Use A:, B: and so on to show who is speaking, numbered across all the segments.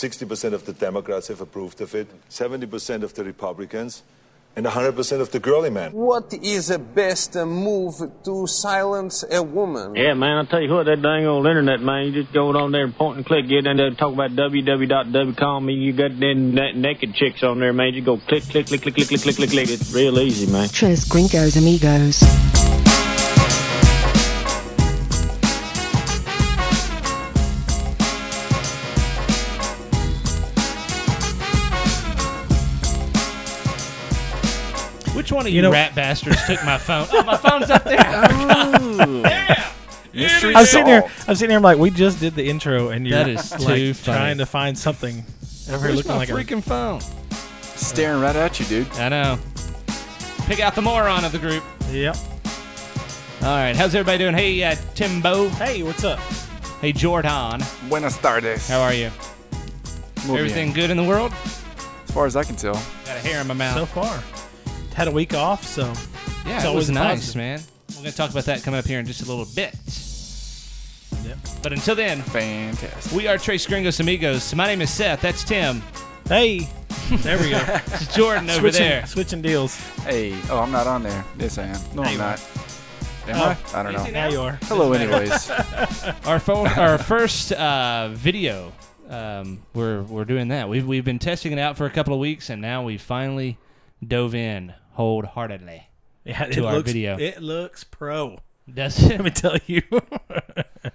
A: 60% of the Democrats have approved of it, 70% of the Republicans, and 100% of the girly men.
B: What is the best move to silence a woman?
C: Yeah, man, I tell you what, that dang old internet, man, you just go on there and point and click, get in there and talk about www.com, and you got them na- naked chicks on there, man. You go click, click, click, click, click, click, click, click, click. It's real easy, man.
D: Tres Gringos Amigos.
E: Which one of you,
F: know-
E: rat bastards took my phone? Oh, my phone's up there. yeah.
A: Mystery
F: I was sitting here.
A: solved.
F: I was sitting here. I'm like, we just did the intro, and you're
E: That is
F: like
E: too funny.
F: trying to find something. Ever
E: Where's
F: looking
E: my
F: like a
E: freaking phone?
G: Staring right at you, dude.
E: I know. Pick out the moron of the group.
F: Yep.
E: All right, how's everybody doing? Hey, uh, Timbo.
F: Hey, what's up?
E: Hey, Jordan.
G: Buenas tardes.
E: How are you?
G: Muy
E: Everything
G: bien.
E: good in the world?
G: As far as I can tell.
E: Got a hair in my mouth.
F: So far, had a week off, so
E: yeah,
F: it's
E: it was
F: always a
E: nice,
F: positive.
E: man. We're gonna talk about that coming up here in just a little bit.
F: Yep.
E: But until then,
G: Fantastic.
E: we are Trace Gringos Amigos. My name is Seth. That's Tim.
F: hey, there we go.
E: It's Jordan over
F: switching,
E: there.
F: switching deals.
G: Hey, oh, I'm not on there. Yes, I am. No, I'm not. Am
E: Oh.
G: I? I don't know.
F: Now you are.
G: Hello, anyways.
E: Our phone, our first uh, video. Um, we're we're doing that. We've we've been testing it out for a couple of weeks, and now we finally dove in wholeheartedly.
F: Yeah, it
E: our
F: looks,
E: video.
F: It looks pro.
E: Does it?
F: Let me tell you. yeah,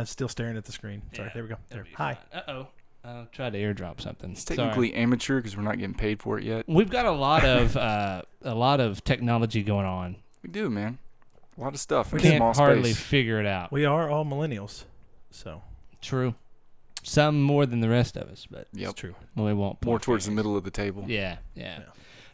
F: I'm still staring at the screen. Sorry. there we go. There. Hi.
E: Uh oh. I'll try to airdrop something.
G: It's technically amateur because we're not getting paid for it yet.
E: We've got a lot of uh, a lot of technology going on.
G: We do, man. A lot of stuff in a
E: Can't
G: small
E: hardly
G: space.
E: figure it out.
F: We are all millennials, so
E: True. Some more than the rest of us, but
G: Yep.
F: it's true.
E: we won't.
G: More
E: point
G: towards the
E: fingers.
G: middle of the table.
E: Yeah, yeah.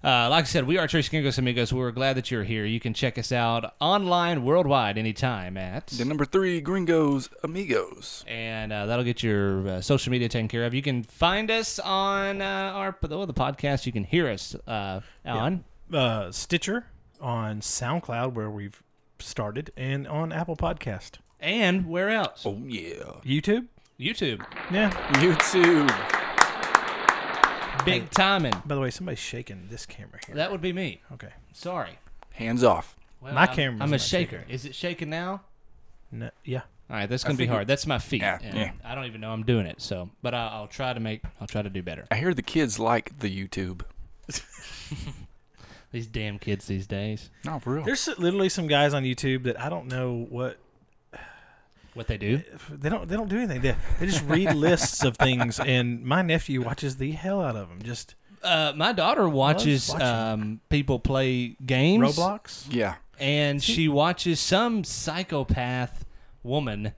E: Uh, like I said, we are Trace Gringos Amigos. We're glad that you're here. You can check us out online worldwide anytime at.
G: The number three, Gringos Amigos.
E: and uh, that'll get your uh, social media taken care of. You can find us on uh, our well, the podcast. You can hear us uh, on
F: Uh, Stitcher on SoundCloud, where we've started, and on Apple Podcast,
E: and where else?
G: Oh, yeah.
F: YouTube.
E: YouTube.
F: Yeah.
G: YouTube.
E: Big timing.
F: By the way, somebody's shaking this camera here.
E: That would be me.
F: okay.
E: Sorry.
G: Hands off.
E: Well,
F: My
E: I'm-
F: camera's
E: I'm a
F: not
E: shaker. Is it shaking now?
F: No, yeah.
E: All right, that's gonna be
G: think
E: hard. that's my feet.
G: Yeah,
E: and
G: yeah.
E: I don't even know I'm doing it. So, but I, I'll try to make. I'll try to do better.
G: I hear the kids like the YouTube.
E: These damn kids these days.
G: No, for real.
F: There's literally some guys on YouTube that I don't know what
E: What they do?
F: they don't they don't do anything. They, they just read lists of things, and my nephew watches the hell out of them. Just
E: Uh, my daughter watches
F: watching.
E: um, people play games,
F: Roblox.
G: Yeah.
E: and she watches some psychopath woman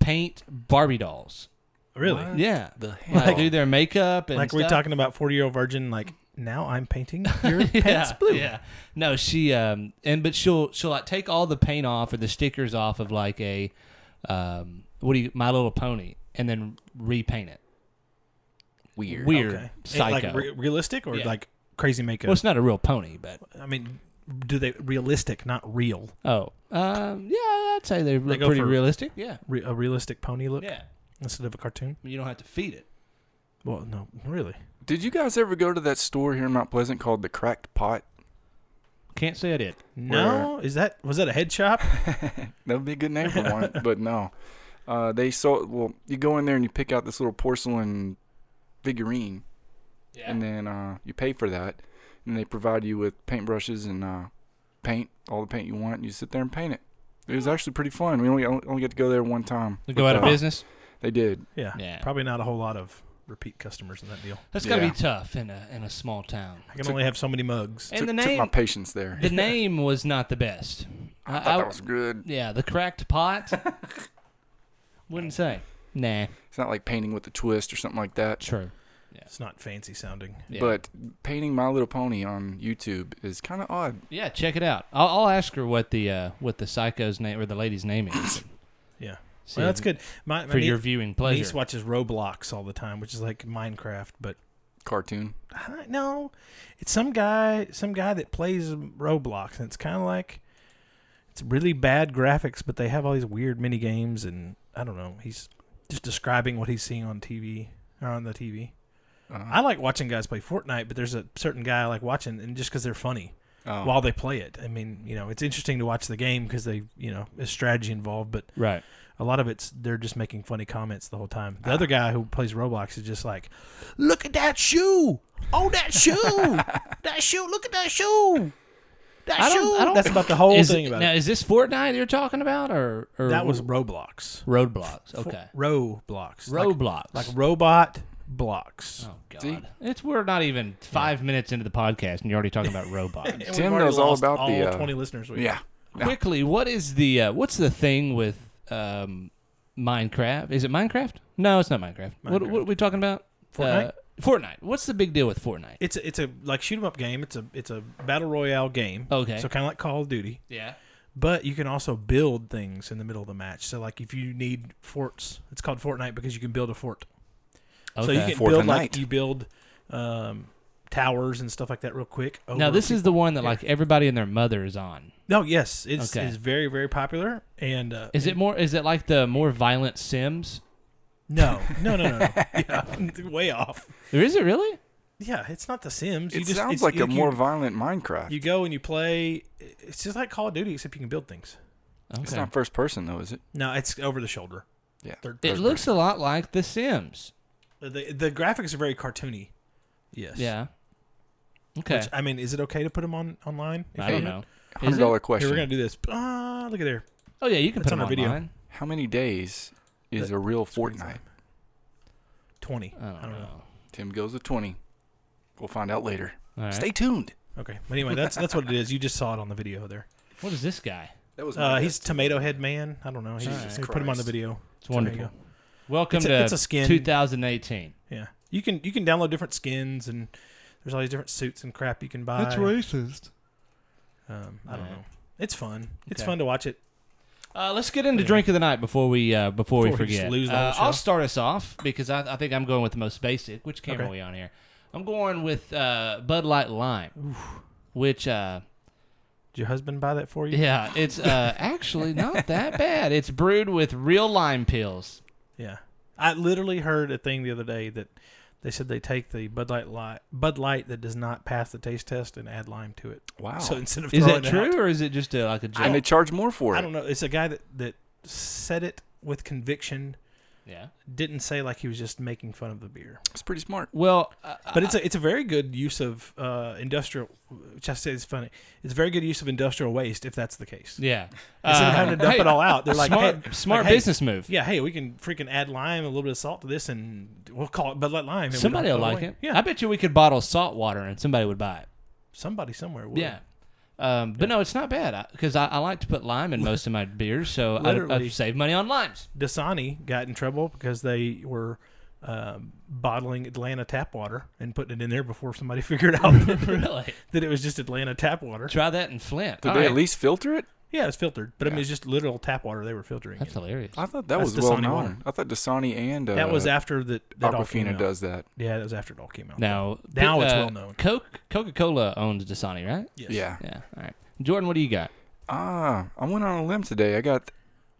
E: paint Barbie dolls.
F: Really?
E: Yeah,
G: The
E: like,
G: hell?
E: do their makeup and
F: Like we're
E: stuff.
F: talking about forty year old virgin. Like now I'm painting your pants
E: yeah,
F: blue.
E: Yeah. No, she um and but she'll she'll like take all the paint off or the stickers off of like a um what do you My Little Pony and then repaint it.
G: Weird.
E: Weird
F: Okay. It,
E: psycho.
F: Like re- realistic or
E: Yeah.
F: like crazy makeup.
E: well, it's not a real pony, but
F: I mean, do they realistic, not real?
E: oh, um, yeah, I'd say they're
F: They go
E: pretty
F: for-
E: realistic. Yeah,
F: Re- a realistic pony look
E: yeah.
F: instead of a cartoon.
E: You don't have to feed it.
F: Well, no, really.
G: Did you guys ever go to that store here in Mount Pleasant called the Cracked Pot?
E: Can't say I did.
F: No, is that was that a head shop?
G: That would be a good name for one, but no. Uh, they sold. Well, you go in there and you pick out this little porcelain figurine, and then uh, you pay for that, and they provide you with paintbrushes and uh, paint, all the paint you want. And you sit there and paint it. It was actually pretty fun. We only only get to go there one time.
E: They go out of
G: Uh,
E: business.
G: They did.
F: Yeah,
E: Yeah.
F: probably not a whole lot of repeat customers in that deal.
E: That's gotta
G: yeah.
E: be tough in a in a small town.
F: I can only have so many mugs.
E: And
G: took,
E: the
G: took my
E: name
G: patience there.
E: the name was not the best. I,
G: I thought
E: I-
G: that was good.
E: yeah, the cracked pot. Wouldn't say. Nah,
G: It's not like painting with a twist or something like that.
E: true.
F: It's not fancy sounding.
E: Yeah.
G: But painting My Little Pony on YouTube is kind of odd.
E: Yeah, check it out. I'll, I'll ask her what the uh, what the psycho's name or the lady's name is
F: Yeah,
E: See,
F: well, that's good. My, my
E: for
F: nie-
E: your viewing
F: niece
E: pleasure.
F: watches Roblox all the time, which is like Minecraft, but
G: Cartoon.
F: I- no, it's some guy, some guy that plays Roblox, and it's kind of like it's really bad graphics, but they have all these weird mini games, and I don't know. He's just describing what he's seeing on TV. or on the TV. I like watching guys play Fortnite, but there's a certain guy I like watching, and just because they're funny
G: Oh.
F: while they play it. I mean, you know, it's interesting to watch the game because they, you know, there's strategy involved, but
E: Right.
F: a lot of it's they're just making funny comments the whole time.
E: Ah.
F: The other guy who plays Roblox is just like, "Look at that shoe! Oh, that shoe! that shoe! Look at that shoe! That
E: I
F: shoe!"
E: don't. I don't
F: That's about the whole
E: is,
F: thing about
E: now,
F: it.
E: is this Fortnite you're talking about, or, or
F: That was Roblox.
E: Roadblocks? Okay.
F: Roblox. Like-
E: Roadblocks.
F: like, robot blocks.
E: oh God.
G: See?
E: It's we're not even five minutes into the podcast, and you're already talking about robots.
F: And we've
G: Tim
F: already
G: knows all
F: lost
G: about the, uh,
F: twenty listeners. We
G: Yeah.
E: Quickly, what is the uh, what's the thing with um, Minecraft? Is it Minecraft? No, it's not Minecraft. What, what are we talking about? Uh,
F: Fortnite?
E: Fortnite. What's the big deal with Fortnite?
F: It's a, it's a like shoot 'em up game. It's a it's a battle royale game.
E: Okay.
F: So kind of like Call of Duty,
E: yeah.
F: but you can also build things in the middle of the match. So like if you need forts, it's called Fortnite because you can build a fort.
E: Okay.
F: So you can
G: Fort
F: build
G: of
F: like
G: Night.
F: you build um, towers and stuff like that real quick. Over
E: now this is the one that like everybody and their mother is on.
F: no yes it's
E: Okay.
F: it's very very popular and uh,
E: Is it more? Is it like the more violent Sims?
F: no no no no, no. yeah, way off.
E: Or is it really?
F: Yeah, it's not The Sims.
G: It
F: you just,
G: sounds
F: it's-
G: like
F: you-
G: a more
F: you,
G: violent Minecraft.
F: you go and you play. It's just like Call of Duty, except you can build things.
G: it's
E: Okay.
G: not first person though, is it?
F: No, it's over the shoulder.
G: Yeah.
F: Third
E: It
G: First
E: looks a lot like The Sims.
F: The, the graphics are very cartoony. Yes.
E: Yeah. Okay.
F: Which, I mean, is it okay to put them on online? if
E: I don't
F: you-
E: know. Is
G: Hundred
E: it?
G: dollar
F: Here,
G: question.
F: we're gonna do this. Ah, look at there.
E: Oh yeah, you can
F: It's
E: put
F: on
E: them
F: our video.
E: online.
G: How many days is
F: That-
G: a real
F: what it's
G: Fortnite?
F: Twenty.
E: I don't, know.
G: Tim goes to twenty. We'll find out later.
E: All right.
G: Stay tuned.
F: Okay, but anyway, that's that's what it is. You just saw it on the video there.
E: What is this guy?
G: That was
F: Uh, he's Tomato Head Man. I don't know. He,
E: Jesus
F: he put him on the
G: Christ.
F: video.
E: It's
F: So there you
E: wonderful.
F: go.
E: Welcome
F: It's a-
E: to
F: it's a skin.
E: 2018.
F: Yeah, you can you can download different skins and there's all these different suits and crap you can buy.
E: racist.
F: Um, I don't
E: Alright.
F: know. It's fun. It's
E: Okay.
F: fun to watch it.
E: Uh, let's get into drink of the night before we uh, before, we
F: Before we just
E: forget.
F: lose the
E: Uh,
F: whole
E: I'll
F: show.
E: start us off because I, I think I'm going with the most basic. Which camera
F: Okay.
E: are we on here? I'm going with uh, Bud Light Lime, which uh,
F: Did your husband buy that for you?
E: yeah, it's uh, actually not that bad. It's brewed with real lime pills.
F: Yeah. I literally heard a thing the other day that they said they take the Bud Light, li- Bud Light that does not pass the taste test and add lime to it.
G: Wow.
F: So instead of
E: Oh. Is
F: throwing
E: that
F: it
E: true
F: out-
E: or is it just a, like a joke?
G: and they charge more for it.
F: I don't know. It's a guy that that said it with conviction.
E: yeah.
F: Didn't say like he was just making fun of the beer,
G: It's pretty smart.
E: Well, uh,
F: but it's a it's a very good use of uh, industrial, which I say is funny. It's a very good use of industrial waste if that's the case.
E: yeah.
F: Instead of
E: Uh,
F: having to dump
E: hey,
F: it all out, they're like,
E: smart,
F: hey-
E: smart
F: like, hey,
E: business move.
F: Yeah, hey, we can freaking add lime, a little bit of salt to this, and we'll call it Bud Light Lime. and we don't
E: Somebody will
F: throw
E: like
F: away.
E: it.
F: Yeah,
E: I bet you we could bottle salt water and somebody would buy it.
F: somebody somewhere would.
E: Yeah. Um, but no, it's not bad because I, I, like to put lime in most of my beers, so I, I
F: Literally.
E: save money on limes.
F: Dasani got in trouble because they were um, bottling Atlanta tap water and putting it in there before somebody figured out that,
E: really?
F: that it was just Atlanta tap water.
E: Try that in Flint.
G: Did
E: All
G: they at
E: right.
G: least filter it?
F: Yeah, it's filtered, but I mean, it's just literal tap water they were filtering.
E: That's
F: It.
E: hilarious.
G: I thought that
F: That's
G: was well
F: Dasani
G: known.
F: water.
G: I thought Dasani and uh,
F: That was after that. that all came
G: Aquafina
F: out.
G: does that.
F: Yeah, that was after it all came out.
E: Now,
F: Now
E: but,
F: it's
E: uh,
F: well known.
E: Coke, Coca Cola owns Dasani, right?
F: Yes.
G: Yeah.
E: Yeah. All right. Jordan, what do you got?
G: Ah, I went on a limb today. I got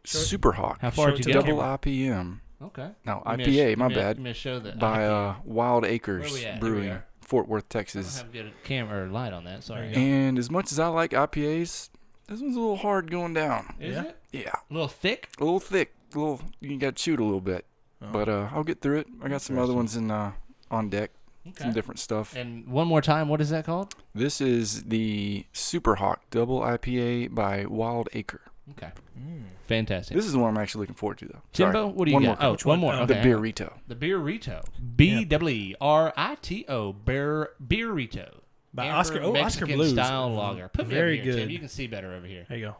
G: Super Hawk
E: How far
F: Show
E: did
F: it
E: you
F: to
E: go?
F: the
G: Double IPM.
E: Okay.
G: No,
E: Give me a
G: IPA,
E: sh-
G: my
E: give me a-
G: bad.
E: give me a show that
G: by
E: IPA.
G: uh, Wild
E: Where we
G: Acres
E: at? Here we
G: Brewing,
E: are.
G: Fort Worth,
E: I don't
G: Texas.
E: have good camera or light on that. Sorry.
G: And as much as I like IPAs, this one's a little hard going down.
E: Is
F: Yeah.
E: it
G: Yeah,
E: a little thick?
G: a little thick, a little. You got to shoot a little bit,
E: Oh.
G: but uh, I'll get through it. I got some other ones in uh, on deck, some different stuff.
E: And one more time, what is that called?
G: This is the Super Hawk Double IPA by Wild Acre.
E: Okay.
F: Mm.
E: Fantastic.
G: This is the one I'm actually looking forward to, though. Sorry.
E: Timbo, what do you
G: one
E: got?
G: More,
E: oh, one more.
F: Um,
G: the
E: okay.
G: Beerito.
E: The Beerito. B W E R I T O. Beer Beerito.
F: By
E: Amber
F: Oscar- oh, Oscar
E: Mexican
F: Blues.
E: style lager. Put me
F: Very
E: over here, Tim.
F: good.
E: You can see better over here.
F: There you go.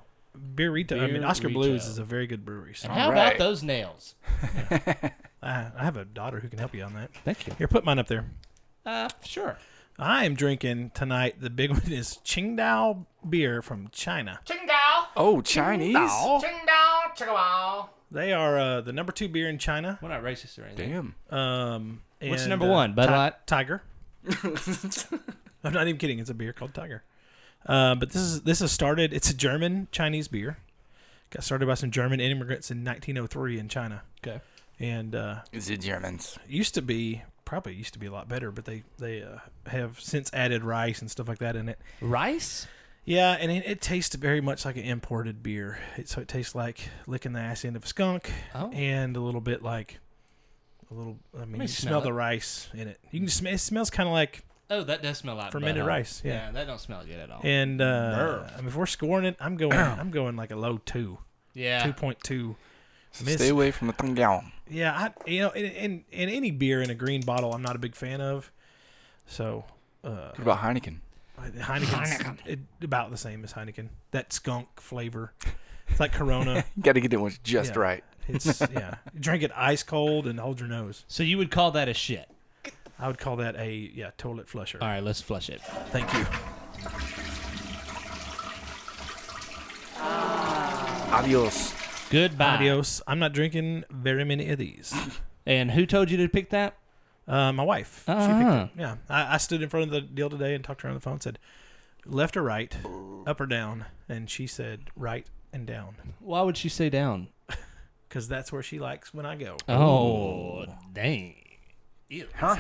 F: Beerita. I mean, Oscar
E: Beerita.
F: Blues is a very good brewery. So
E: And how
G: right.
E: about those nails?
F: I, I have a daughter who can help you on that.
E: Thank you.
F: Here, put mine up there.
E: Uh, sure.
F: I am drinking tonight. The big one is Qingdao beer from China.
G: Oh, Chinese.
F: They are uh, the number two beer in China.
E: We're not racist or anything.
G: Damn.
F: Um,
E: What's
F: and,
E: number
F: uh,
E: one? Bud
F: Ti-
E: Light?
F: Tiger. I'm not even kidding. It's a beer called Tiger. Uh, but this is this is started. It's a German Chinese beer. Got started by some German immigrants oh in 1903 in China.
E: Okay.
F: and uh,
G: The Germans.
F: it used to be probably used to be a lot better, but they they uh, have since added rice and stuff like that in it.
E: Rice?
F: Yeah, and it, it tastes very much like an imported beer. It, so it tastes like licking the ass end of a skunk,
E: Oh.
F: and a little bit like a little. I mean,
E: me
F: you
E: smell
F: smell
E: it. Mm.
F: the rice in it. You can sm- it smells kind of like
E: Oh, that does smell like
F: Fermented
E: butter.
F: rice, yeah.
E: that don't smell good at all. Yeah,
F: and uh, I mean, if we're scoring it, I'm going. I'm going like a low two, two point two. Miss-
G: Stay away from the Tangao.
F: Yeah, I you know, and, and and any beer in a green bottle, I'm not a big fan of. So uh,
G: What about Heineken?
F: Heineken's It, about the same as Heineken. That skunk flavor. It's like Corona.
G: You got to get that one just
F: Yeah.
G: right.
F: It's yeah. Drink it ice cold and hold your nose.
E: So you would call that a shit?
F: I would call that a yeah toilet flusher.
E: All right, let's flush it.
F: Thank you.
G: Adios.
E: Goodbye.
F: Adios. I'm not drinking very many of these.
E: And who told you to pick that?
F: Uh, my wife. She
E: Uh-huh.
F: picked it. Yeah. I, I stood in front of the deal today and talked to her on the phone. Said left or right, up or down, and she said right and down
E: Why would she say down?
F: because that's where she likes when I go.
E: Oh, dang. All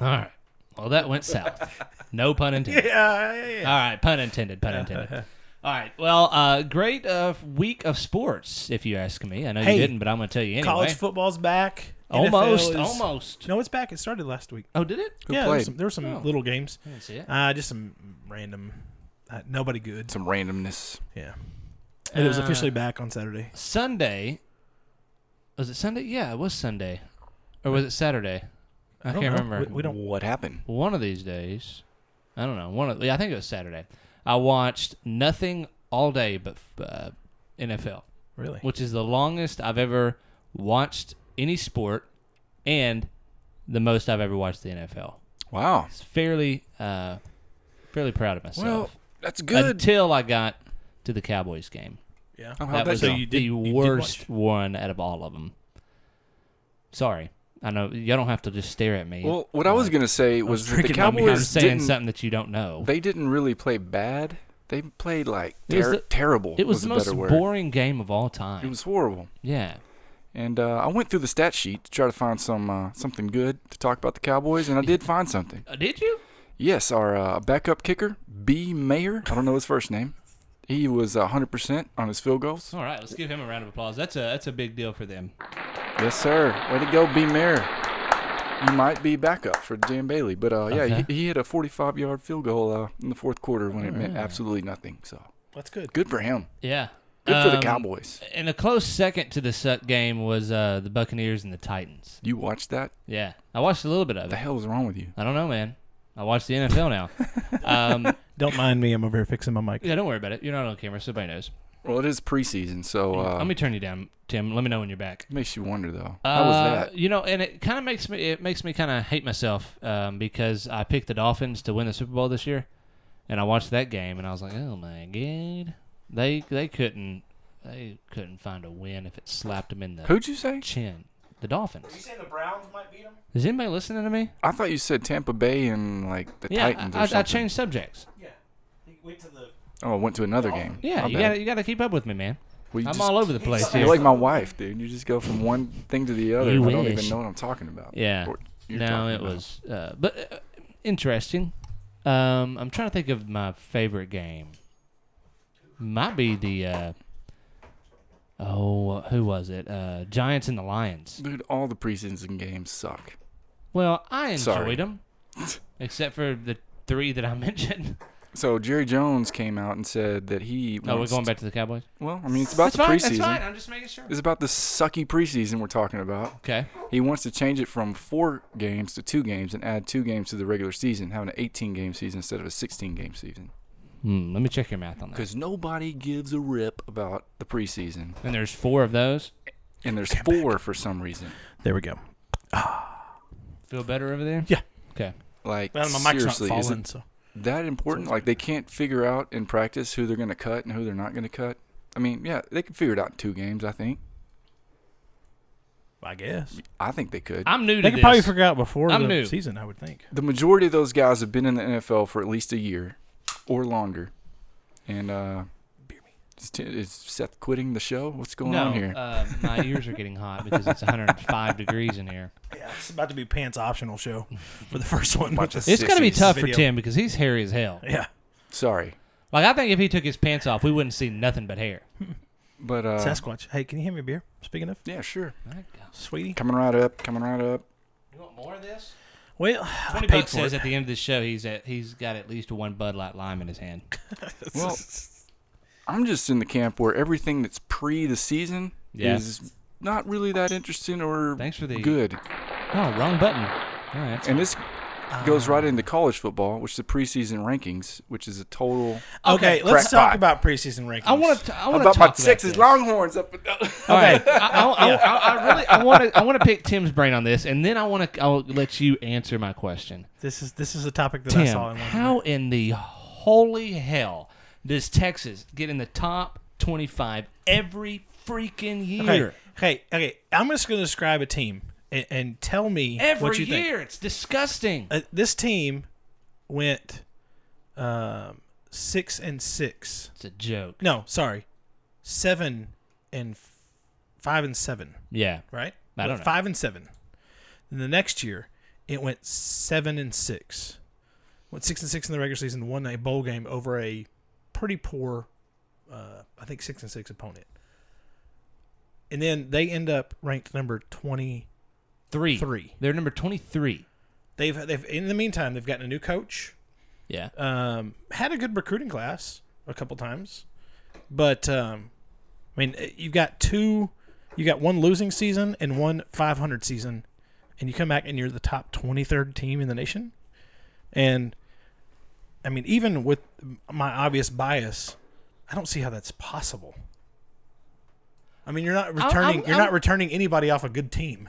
E: right. Well, that went south. No pun intended.
F: Yeah, yeah, yeah.
E: All right, pun intended, pun intended. All right. Well, uh, great uh, week of sports, if you ask me. I know
F: Hey,
E: you didn't, but I'm going to tell you anyway.
F: College football's back. NFL
E: almost,
F: is-
E: almost.
F: No, it's back. It started last week.
E: Oh, did it?
G: Who
F: yeah, there were
G: played?
F: some, there were some
E: Oh.
F: little games.
E: I didn't see it.
F: Uh, just some random, uh, nobody good.
G: Some randomness.
F: Yeah. And it was
E: Uh,
F: officially back on Saturday.
E: Sunday. Was it Sunday? Yeah, it was Sunday. Or was it Saturday? I,
F: don't
E: can't
F: know.
E: remember.
F: We- we don't-
G: What happened?
E: one of these days, I don't know. One of yeah, I think it was Saturday. I watched nothing all day but uh, NFL,
F: Really?
E: which is the longest I've ever watched any sport, and the most I've ever watched the NFL.
G: Wow.
E: It's fairly, uh, fairly proud of myself.
G: Well, that's good.
E: Until I got to the Cowboys game.
F: Yeah.
G: Oh, how'd
E: That was
G: go?
F: So you did-
E: the
F: you did
E: worst one out of all of them. Sorry, I know you don't have to just stare at me.
G: Well, what I was gonna say was, that the
F: drinking my beer.
E: I'm
G: Cowboys
E: saying
G: didn't.
E: something that you don't know.
G: They didn't really play bad. They played like
E: It was
G: ter-
E: the-
G: terrible.
E: It was, the
G: a
E: most
G: better word.
E: boring game of all
G: It
E: time.
G: was horrible.
E: yeah.
G: And uh, I went through the stat sheet to try to find some uh, something good to talk about the Cowboys, and I did find something.
E: Uh, did you?
G: Yes, our uh, backup kicker, B. Mayer. I don't know his first name. He was uh, 100% on his field goals.
E: All right, let's give him a round of applause. That's a that's a big deal for them.
G: Yes, sir. Way to go, B. Mayer. You might be backup for Dan Bailey, but uh, yeah,
E: Okay.
G: he, he hit a 45-yard field goal uh, in the fourth quarter when it
E: Mm.
G: meant absolutely nothing. So
F: That's good.
G: good for him.
E: Yeah.
G: Good for the
E: Um,
G: Cowboys.
E: And a close second to the suck game was uh, the Buccaneers and the Titans.
G: You watched that?
E: Yeah, I watched a little bit of
G: The
E: it.
G: hell is wrong with you?
E: I don't know, man. I watch the NFL now. um,
F: Don't mind me. I'm over here fixing my mic.
E: yeah, don't worry about it. You're not on camera, so everybody knows.
G: Well, it is preseason, so uh,
E: Let me turn you down, Tim. Let me know when you're back.
G: makes you wonder though. How was
E: Uh,
G: that?
E: You know, and it kind of makes me it makes me kind of hate myself um, because I picked the Dolphins to win the Super Bowl this year, and I watched that game and I was like, oh my god, they they couldn't they couldn't find a win if it slapped them in the
G: Who'd you say?
E: chin. The Dolphins. Did you say the Browns might beat them? Is anybody listening to me?
G: I thought you said Tampa Bay and like the
E: Yeah,
G: Titans or
E: I, I,
G: something.
E: I changed subjects.
G: Oh, I went to another game.
E: Yeah,
G: My
E: you
G: bad.
E: got you got to keep up with me, man.
G: Well, you
E: I'm
G: just-
E: all over the place
G: You're
E: here.
G: like my wife, dude. You just go from one thing to the other.
E: You
G: and I don't
E: wish.
G: even know what I'm talking about.
E: Yeah.
G: Or you're
E: No,
G: talking
E: it
G: about.
E: was. Uh, but uh, interesting. Um, I'm trying to think of my favorite game. Might be the. Uh, oh, who was it? Uh, Giants and the Lions.
G: Dude, all the preseason games suck.
E: Well, I enjoyed
G: Sorry.
E: them, except for the three that I mentioned.
G: So Jerry Jones came out and said that he.
E: No, Oh, we're
G: wants
E: going
G: to-
E: back to the Cowboys.
G: Well, I mean, it's about
E: that's
G: the
E: fine.
G: preseason.
E: That's fine. I'm just making sure.
G: It's about the sucky preseason we're talking about.
E: Okay.
G: He wants to change it from four games to two games and add two games to the regular season, having an 18 game season instead of a 16 game season.
E: Hmm, let me check your math on that.
G: Because nobody gives a rip about the preseason.
E: And there's four of those.
G: And there's four for some reason.
F: There we go.
E: Feel better over there?
F: Yeah.
E: Okay.
G: Like,
F: Well, my mic's
G: seriously,
F: not
G: is
F: falling.
G: it
F: so.
G: that important? Like, they can't figure out in practice who they're going to cut and who they're not going to cut? I mean, yeah, they can figure it out in two games, I think.
F: I guess
G: I think they could.
E: I'm new to
F: they could
E: this.
F: probably figure out before
E: I'm
F: the
E: new.
F: season. I would think.
G: the majority of those guys have been in the NFL for at least a year or longer. And uh, Is, Ti- is Seth quitting the show? What's going
E: no,
G: on here?
E: Uh, my ears are getting hot because it's 105 degrees in here.
F: Yeah, it's about to be pants optional show for the first one.
G: Bunch of
E: It's going to be
G: sissies.
E: tough
F: Video.
E: for Tim because he's hairy as hell.
F: Yeah.
G: Sorry,
E: Like I think if he took his pants off, we wouldn't see nothing but hair.
G: but uh,
F: Sasquatch. Hey, can you hand me a beer? Speaking of,
G: yeah, sure.
F: sweetie.
G: Coming right up. Coming right up.
E: You want more of this?
F: Well, I
E: Twenty
F: paid
E: bucks
F: for
E: says
F: it.
E: at the end of the show he's at he's got at least one Bud Light Lime in his hand.
G: Well, I'm just in the camp where everything that's pre the season
E: Yeah.
G: is not really that interesting or
E: Thanks for the-
G: good.
E: Oh, wrong button. All right, that's
G: And this goes
E: Ah.
G: right into college football, which is the preseason rankings, which is a total.
F: Okay, let's
G: Crack
F: talk
G: pie.
F: about preseason rankings.
E: I want to. I want to
G: about
E: talk
G: my
E: about
G: Texas
E: this.
G: Longhorns up and down.
E: All right, I, I, I, I, I really I want to. I want to pick Tim's brain on this, and then I want to. I'll let you answer my question,
F: This is this is a topic that I
E: Tim.
F: saw in one. of the-
E: How in the holy hell does Texas get in the top twenty-five every freaking year?
F: Okay, okay, okay. I'm just going to describe a team and, and tell me
E: Every
F: what you think.
E: year, it's disgusting.
F: uh, this team went um, six and six.
E: It's a joke.
F: No, sorry, seven and f- five and seven.
E: Yeah,
F: Right?
E: I don't
F: Went
E: know.
F: Five and seven. Then the next year, it went seven and six. Went six and six in the regular season, won a bowl game over a pretty poor, uh, I think six and six opponent. And then they end up ranked number twenty.
E: three.
F: Three.
E: They're number twenty-three.
F: They've they've in the meantime they've gotten a new coach.
E: Yeah.
F: um, had a good recruiting class a couple times, but um, I mean, you've got two, you got one losing season and one 500 season, and you come back and you're the top 23rd team in the nation, and I mean, even with my obvious bias, I don't see how that's possible. I mean, you're not returning.
E: I'm-
F: you're not
E: I'm-
F: returning anybody off a good team.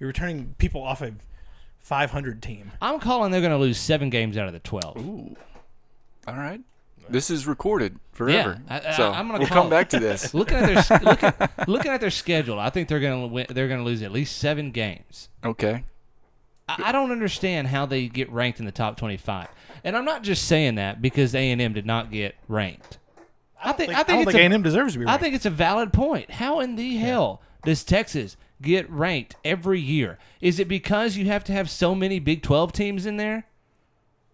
F: You're returning people off a 500 team.
E: I'm calling they're going to lose seven games out of the 12.
G: All right. This is recorded forever.
E: I- I-
G: so
E: I'm gonna
G: we'll
E: call
G: come
E: it.
G: back to this.
E: Looking at their s- looking, looking at their schedule, I think they're going to they're going to lose at least seven games.
G: Okay.
E: I, I don't understand how they get ranked in the top 25. And I'm not just saying that because A&M did not get ranked. I, think, I
F: I don't
E: think it's
F: think
E: a,
F: A&M deserves to be.
E: I
F: ranked.
E: think it's a valid point. How in the hell does Texas get ranked every year? Is it because you have to have so many Big 12 teams in there?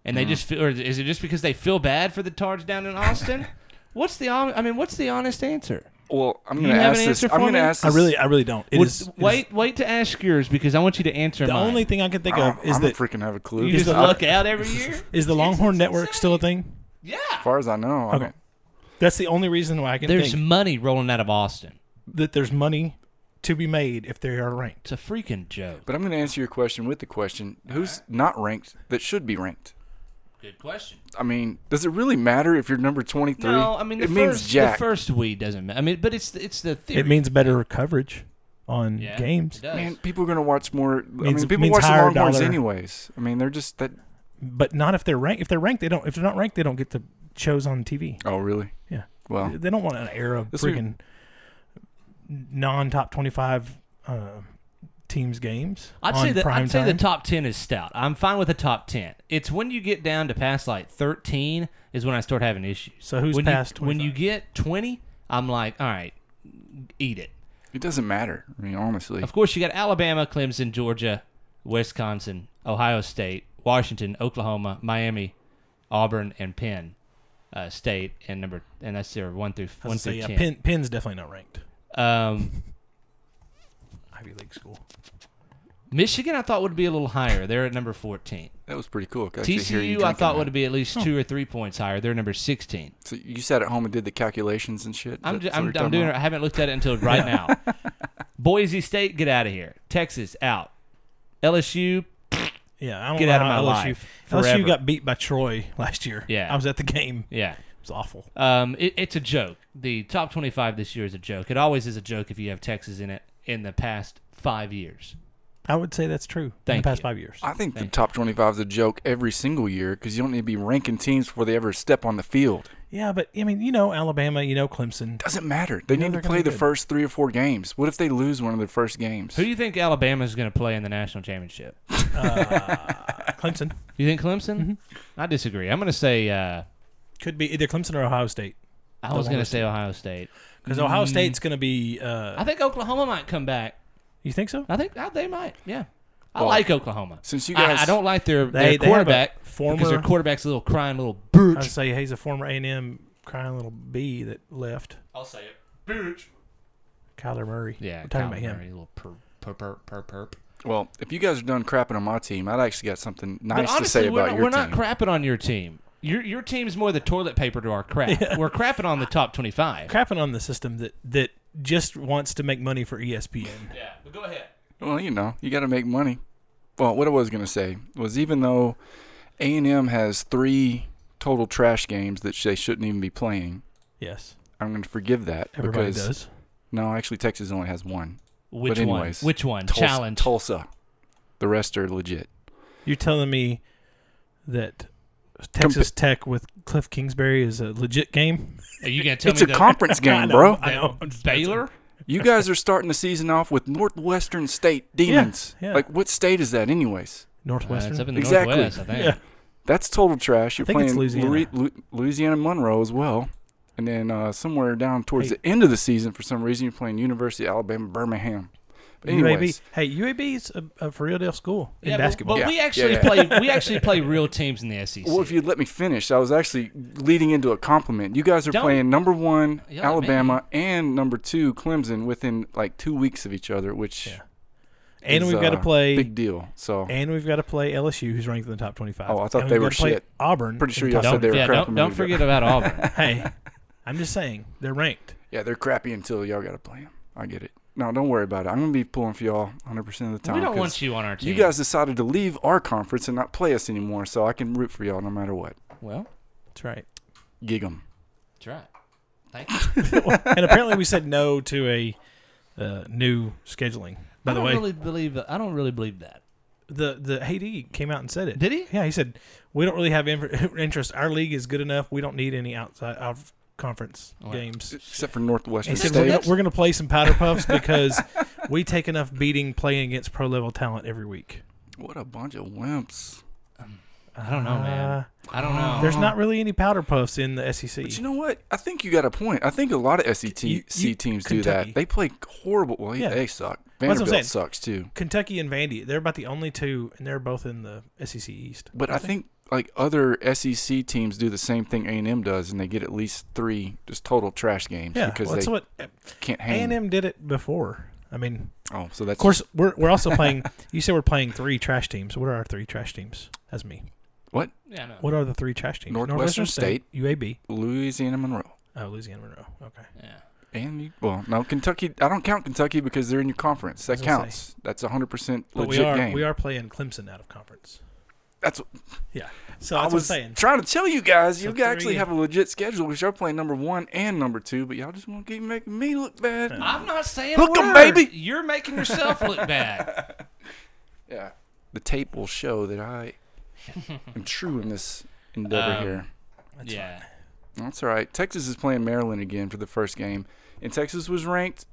E: And they just feel, or is it just because they feel bad for the Tards down in Austin? what's the hon- I mean, what's the honest answer?
G: Well, I'm
E: You
G: going to
E: have
G: ask
E: an
G: this.
E: answer for
G: I'm going to
E: me?
G: ask
F: I
G: this.
F: really, I really don't. It
E: Would-
F: is- it is-
E: wait, wait to ask yours because I want you to answer
F: The
E: mine.
F: only thing I can think
G: I'm,
F: of is
G: I'm
F: that is
G: a freaking have a clue.
E: uh, you just
F: the-
E: luck out every year.
F: the Longhorn Network still a thing?
E: yeah.
G: as far as I know. I
F: Okay.
G: don't-
F: That's the only reason why I can
E: There's
F: think
E: money rolling out of Austin.
F: that there's money to be made if they are ranked.
E: It's a freaking joke.
G: But I'm going to answer your question with the question: Who's not ranked that should be ranked?
E: Good question.
G: I mean, does it really matter if you're number 23?
E: No, I mean the
G: it
E: first
G: means
E: the
G: jack.
E: first weed doesn't. ma- I mean, but it's it's the theory.
F: It means better coverage on
E: Yeah,
F: games,
E: it does.
G: Man, people are going to watch more. I
F: Means-
G: mean, people
F: means
G: watch the
F: higher
G: Longhorns
F: dollar.
G: anyways. I mean, they're just that.
F: but not if they're ranked. If they're ranked, they don't. If they're not ranked, they don't get the shows on TV.
G: Oh, really?
F: Yeah,
G: Well,
F: they don't want an era of
G: This would-
F: freaking non top twenty five uh, teams games.
E: I'd
F: on
E: say that
F: prime
E: I'd say the
F: time.
E: top ten is stout. I'm fine with the top ten. It's when you get down to past like 13 is when I start having issues.
F: So who's
E: when
F: past
E: You, when you
F: 25?
E: get 20, I'm like, all right, eat it.
G: it doesn't matter. I mean, honestly.
E: Of course, you got Alabama, Clemson, Georgia, Wisconsin, Ohio State, Washington, Oklahoma, Miami, Auburn, and Penn uh, State, and number and that's their one through
F: I
E: one
F: was
E: through
F: gonna say, yeah,
E: ten.
F: Penn, Penn's definitely not ranked.
E: Um,
F: Ivy League school.
E: Michigan, I thought would be a little higher. They're at number 14.
G: That was pretty cool. I could actually hear you
E: TCU, I
G: drinking
E: thought
G: that.
E: would be at least two or three points higher. They're number 16.
G: So you sat at home and did the calculations and shit.
E: I'm,
G: Is that
E: just,
G: what
E: I'm,
G: you're
E: I'm
G: talking
E: doing. it.
G: about?
E: I haven't looked at it until right now. Boise State, get out of here. Texas, out. LSU,
F: Yeah, I don't
E: Get
F: know
E: out of
F: how
E: my
F: LSU,
E: life
F: LSU
E: forever.
F: got beat by Troy last year.
E: Yeah.
F: I was at the game. It
E: yeah.
F: was awful.
E: Um, it, it's a joke. The top 25 this year is a joke. It always is a joke if you have Texas in it in the past five years.
F: I would say that's true. in
E: Thank
F: the past
E: you.
F: five years.
G: I think the top 25 is a joke every single year because you don't need to be ranking teams before they ever step on the field.
F: yeah, but I mean, you know, Alabama, you know, Clemson.
G: Doesn't matter. They
F: know
G: need
F: they're
G: to
F: gonna
G: play
F: be
G: the
F: good.
G: first three or four games. What if they lose one of their first games?
E: Who do you think Alabama is going to play in the national championship?
F: Clemson Mm-hmm.
E: You think Clemson? I disagree. I'm going to say uh,
F: could be either Clemson or Ohio State.
E: I was
F: one
E: gonna
F: we're
E: say Ohio State.
F: because
E: Mm.
F: Ohio State's going to be. Uh,
E: I think Oklahoma might come back.
F: you think so?
E: I think uh, they might. Yeah, I
G: Well,
E: like Oklahama.
G: since you
E: I-
G: guys-
E: I, don't like their, their
F: They- they have a
E: quarterback because their
F: former-
E: quarterback's a little crying little bitch.
F: I'd say he's a former A and M crying little bee that left.
E: I'll say it. Bitch.
F: Kyler Murray.
E: Yeah,
F: we're talking
E: Kyler
F: about him.
E: Murray, little perp, perp, perp, perp, perp.
G: Well, if you guys are done crapping on my team, I'd actually got something
E: But
G: nice
E: honestly,
G: to say
E: we're,
G: about
E: not,
G: your
E: we're not
G: team.
E: crapping on your team. Your your team's more the toilet paper to our crap. We're crapping on the top twenty-five.
F: Crapping on the system that that just wants to make money for E ESPN.
E: Yeah, but go ahead.
G: Well, you know, you got to make money. Well, what I was going to say was even though A&M has three total trash games that they shouldn't even be playing,
F: yes,
G: I'm going to forgive that
F: everybody
G: because
F: does.
G: no, actually Texas only has one.
E: Which
G: but anyways,
E: one? Which one?
G: Tulsa,
E: Challenge.
G: Tulsa. The rest are legit.
F: You're telling me that Texas Tech with Cliff Kingsbury is a legit game?
E: Are you gonna tell
G: it's
E: me
G: a
E: that
G: conference game, bro.
F: I know. I'm just-
E: Baylor?
G: You guys are starting the season off with Northwestern State demons.
F: yeah.
G: Like, what state is that, anyways?
E: Uh,
F: Northwestern.
E: it's up in the
G: Exactly.
E: Northwest, I think.
F: yeah.
G: That's total trash. You're
F: think it's
G: playing Louis-
F: Louisiana.
G: Lu- Louisiana Monroe as well. And then uh, somewhere down towards the end of the season, for some reason, you're playing University of Alabama Birmingham. But anyways,
F: UAB. Hey, UAB's a, a for real deal school in
E: Yeah, but-
F: basketball.
E: But,
G: Yeah.
E: we
G: Yeah,
E: actually
G: yeah.
E: play we actually play real teams in the E SEC.
G: well, if you'd let me finish, I was actually leading into a compliment. You guys are
E: Don't-
G: playing number one
E: Yell at
G: Alabama and number two Clemson within like two weeks of each other, which
F: and
G: is,
F: we've got to
G: uh,
F: play.
G: big deal. So
F: and we've got to play LSU, who's ranked in the top twenty-five.
G: Oh, I thought
F: And
G: they
F: we've
G: were
F: gotta play
G: shit.
F: Auburn.
G: Pretty
F: in
G: sure
F: the
G: y'all
F: top
G: said they were
E: yeah,
G: crap
E: don't, don't
G: a minute ago.
E: forget about Auburn.
F: Hey, I'm just saying they're ranked.
G: yeah, they're crappy until y'all got to play them. I get it. No, don't worry about it. I'm gonna be pulling for y'all 100 percent of the time.
E: we don't
G: 'cause-
E: want you on our team.
G: You guys decided to leave our conference and not play us anymore, so I can root for y'all no matter what.
E: well,
F: That's right.
G: Gig 'em.
E: that's right. Thank you.
F: and apparently, we said no to a uh, new scheduling. By
E: I
F: the
E: don't
F: way,
E: really believe I don't really believe that.
F: the the AD came out and said it.
E: Did he?
F: Yeah, he said we don't really have in- interest. Our league is good enough. We don't need any outside out of conference games.
G: Except for Northwestern
F: He said
G: State.
F: we're gonna, we're gonna play some powder puffs because we take enough beating playing against pro level talent every week.
G: what a bunch of wimps.
E: I don't know, man.
F: Uh,
E: I don't know.
F: There's
G: Uh-huh.
F: not really any powder puffs in the E SEC.
G: But you know what? I think you got a point. I think a lot of SEC
F: You- you-
G: teams do
F: Kentucky.
G: that. They play horrible. Well, yeah,
F: Yeah.
G: they suck.
F: Well, that's what I'm saying.
G: Vanderbilt sucks too.
F: Kentucky and Vandy, they're about the only two, and they're both in the SEC East.
G: But I think like other SEC teams do the same thing A&M does, and they get at least three just total trash games
F: Yeah,
G: because
F: well, that's
G: they
F: what
G: can't
F: A
G: hang.
F: and M did it before. I mean,
G: Oh, so that's
F: of course, we're we're also playing. You said we're playing three trash teams. What are our three trash teams? That's me.
G: what
E: yeah, no.
F: What are the three trash teams?
G: Northwestern
F: UAB,
G: Louisiana Monroe.
F: oh, Louisiana Monroe. Okay,
E: Yeah.
G: And you, well, no, Kentucky. I don't count Kentucky because they're in your conference. That
F: That's what I'm
G: counts. That's a hundred percent
F: but
G: legit
F: we are
G: game.
F: we are playing Clemson out of conference.
G: That's what
F: Yeah, so
G: I
F: that's
G: was
F: what I'm saying.
G: trying to tell you guys. You
F: So
G: actually
F: three-
G: have a legit schedule because y'all playing number one and number two, but y'all just want to keep making me look bad.
F: Hmm.
E: I'm not saying
G: Hook
E: a
G: 'em,
E: word.
G: baby.
E: You're making yourself look bad.
G: Yeah, the tape will show that I am true in this endeavor
E: Um,
G: here.
E: yeah.
G: That's all right. Texas is playing Maryland again for the first game, and Texas was ranked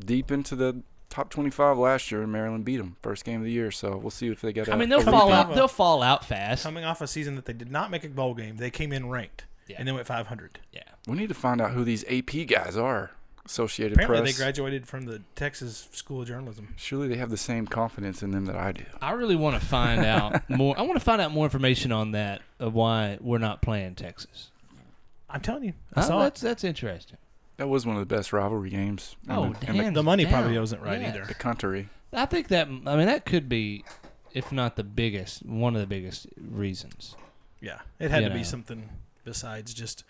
G: deep into the top twenty-five last year, and Maryland beat them first game of the year. So we'll see if they get.
E: I
G: a-
E: mean, they'll
G: a
E: fall
G: repeat.
E: out. They'll fall out fast.
F: Coming off a season that they did not make a bowl game, they came in ranked
E: Yeah.
F: and then went 500.
E: Yeah.
G: We need to find out who these AP guys are. Associated
F: Apparently,
G: Press.
F: they graduated from the Texas School of Journalism.
G: Surely they have the same confidence in them that I do.
E: I really want to find out more. I want to find out more information on that of why we're not playing Texas.
F: I'm telling you, I
E: Huh?
F: saw it.
E: Oh, that's that's interesting.
G: That was one of the best rivalry games. in
E: Oh,
G: the, in the-
E: damn.
F: The money
E: down.
F: probably wasn't right
E: Yeah.
F: either.
G: the country.
E: I think that I mean that could be, if not the biggest, one of the biggest reasons.
F: Yeah, it had
E: You
F: to
E: know.
F: be something besides just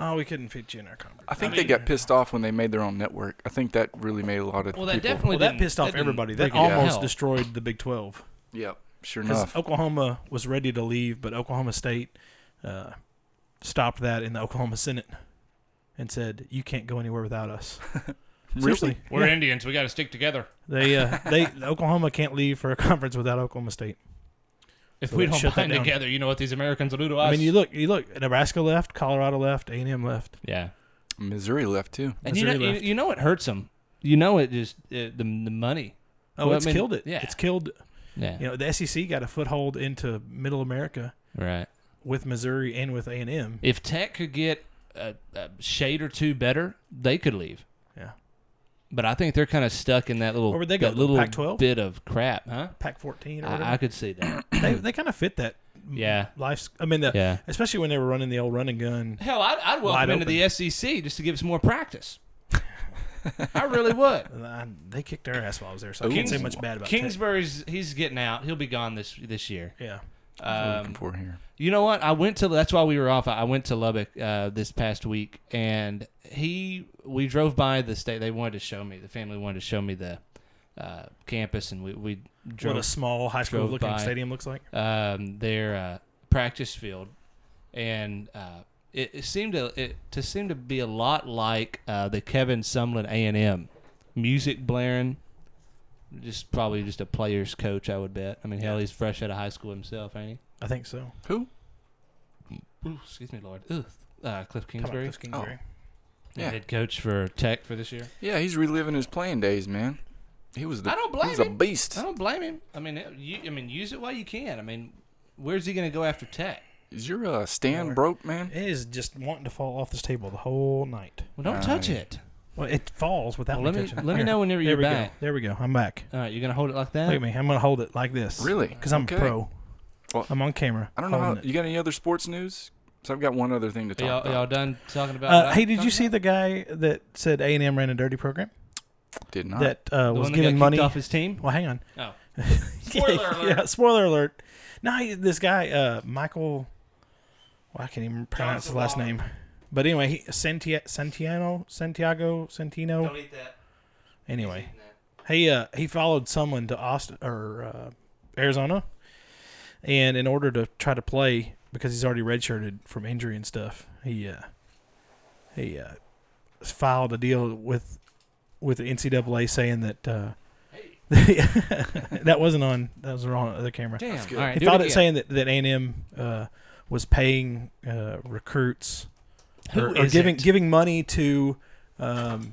F: oh, we couldn't fit you in our conference.
G: I think they got pissed off when they made their own network. I think that really made a lot of
E: Well, that
G: people.
E: definitely
F: Well, that
E: didn't-
F: pissed off
E: didn't
F: everybody. That
E: freak out
F: almost
E: hell.
F: destroyed the Big Twelve
G: Yep, sure
F: because
G: enough.
F: Oklahoma was ready to leave, but Oklahoma State uh, stopped that in the Oklahoma Senate and said, "You can't go anywhere without us." Seriously,
E: We're Indians. We got to stick together.
F: they uh, they Oklahoma can't leave for a conference without Oklahoma State.
E: If
F: So
E: we
F: they
E: don't
F: shut that
E: bind
F: down.
E: together, you know what these Americans will do to us.
F: I mean, you look, you look. Nebraska left, Colorado left, A and M left.
E: yeah.
G: Missouri left too.
E: And you know,
F: Missouri
E: you,
F: left.
E: you know it hurts them. You know it just uh, the the money.
F: Oh,
E: Well, I
F: it's
E: mean,
F: killed it.
E: yeah.
F: It's killed.
E: Yeah.
F: You know, the SEC got a foothold into Middle America
E: right.
F: with Missouri and with A and M.
E: If Tech could get a, a shade or two better, they could leave.
F: Yeah.
E: But I think they're kind of stuck in that little
F: Or would they go
E: that little
F: Pac-12?
E: bit of crap, huh?
F: Pack 14 or whatever.
E: I, I could see that.
F: they they kind of fit that
E: Yeah.
F: life. I mean, the,
E: Yeah.
F: especially when they were running the old run and gun.
E: Hell, I'd, I'd
F: Wide
E: welcome into
F: open.
E: the SEC just to give us more practice. I really would.
F: Uh, They kicked their ass while I was there, so I can't say much bad about Tech.
E: Kingsbury's he's getting out. He'll be gone this this year.
F: Yeah,
G: That's what
E: Um,
G: we're looking for here.
E: You know what? I went to that's why we were off. I went to Lubbock uh, this past week, and he we drove by the state. They wanted to show me the family wanted to show me the uh, campus, and we we drove
F: what a small high school
E: drove
F: looking
E: by.
F: stadium looks like.
E: um, their uh, practice field, and uh, it, it seemed to it to seem to be a lot like uh, the Kevin Sumlin A and M music blaring. Just probably just a player's coach, I would bet. I mean, hell, he's fresh out of high school himself, ain't
F: I think so.
G: Who?
E: he? Ooh, excuse me, Lord. Ugh. Uh, Cliff
F: Talking about
E: Kingsbury,
F: Cliff Kingsbury.
G: Oh.
E: the
G: Yeah.
E: head coach for Tech for this year.
G: Yeah, he's reliving his playing days, man. He was the
E: I don't blame
G: he was a
E: him.
G: beast.
E: I don't blame him. I mean, it- you, I mean, use it while you can. I mean, where's he going to go after Tech?
G: Is your uh, stand broke, man?
F: It is just wanting to fall off this table the whole night.
E: Well, don't
G: Uh,
E: touch
G: yeah.
E: it.
F: Well, it falls without
E: Well, let me-
F: touching it.
E: let me
F: Here.
E: know whenever
F: there
E: you're
F: we
E: back.
F: Go. There we go. I'm back.
E: All right, you're going to hold it like that.
F: Look at me. I'm gonna hold it like this.
G: Really?
F: Because I'm
G: Okay.
F: pro.
G: Well,
F: I'm on camera.
G: I don't know. How,
F: holding it.
G: you got any other sports news? So I've got one other thing to talk
E: Y'all, y'all
G: about.
E: done talking about?
F: Uh,
E: what
F: hey,
E: I'm
F: did you
E: talking
F: see the guy that said A and M ran a dirty program
G: Did not.
F: that uh,
E: about? Uh-huh. The
F: was
E: one that got
F: giving
E: kicked
F: money?
E: off his team?
F: Well, hang on.
E: Oh,
F: yeah, spoiler alert. No, he, this guy, uh, Michael, well, I can't even pronounce his last name. But anyway, he, Santia, Santiano, Santiago, Santino.
E: eat that.
F: Anyway, he uh, he followed someone to Austin or uh, Arizona, and in order to try to play because he's already redshirted from injury and stuff, he uh, he uh, filed a deal with with the NCAA saying that uh, that wasn't on that was wrong other camera.
E: Damn. All right,
F: He
E: do
F: thought
E: it
F: it
E: again.
F: saying that that A&M uh, was paying uh, recruits
E: Who
F: or, or
E: is
F: giving
E: it?
F: giving money to um,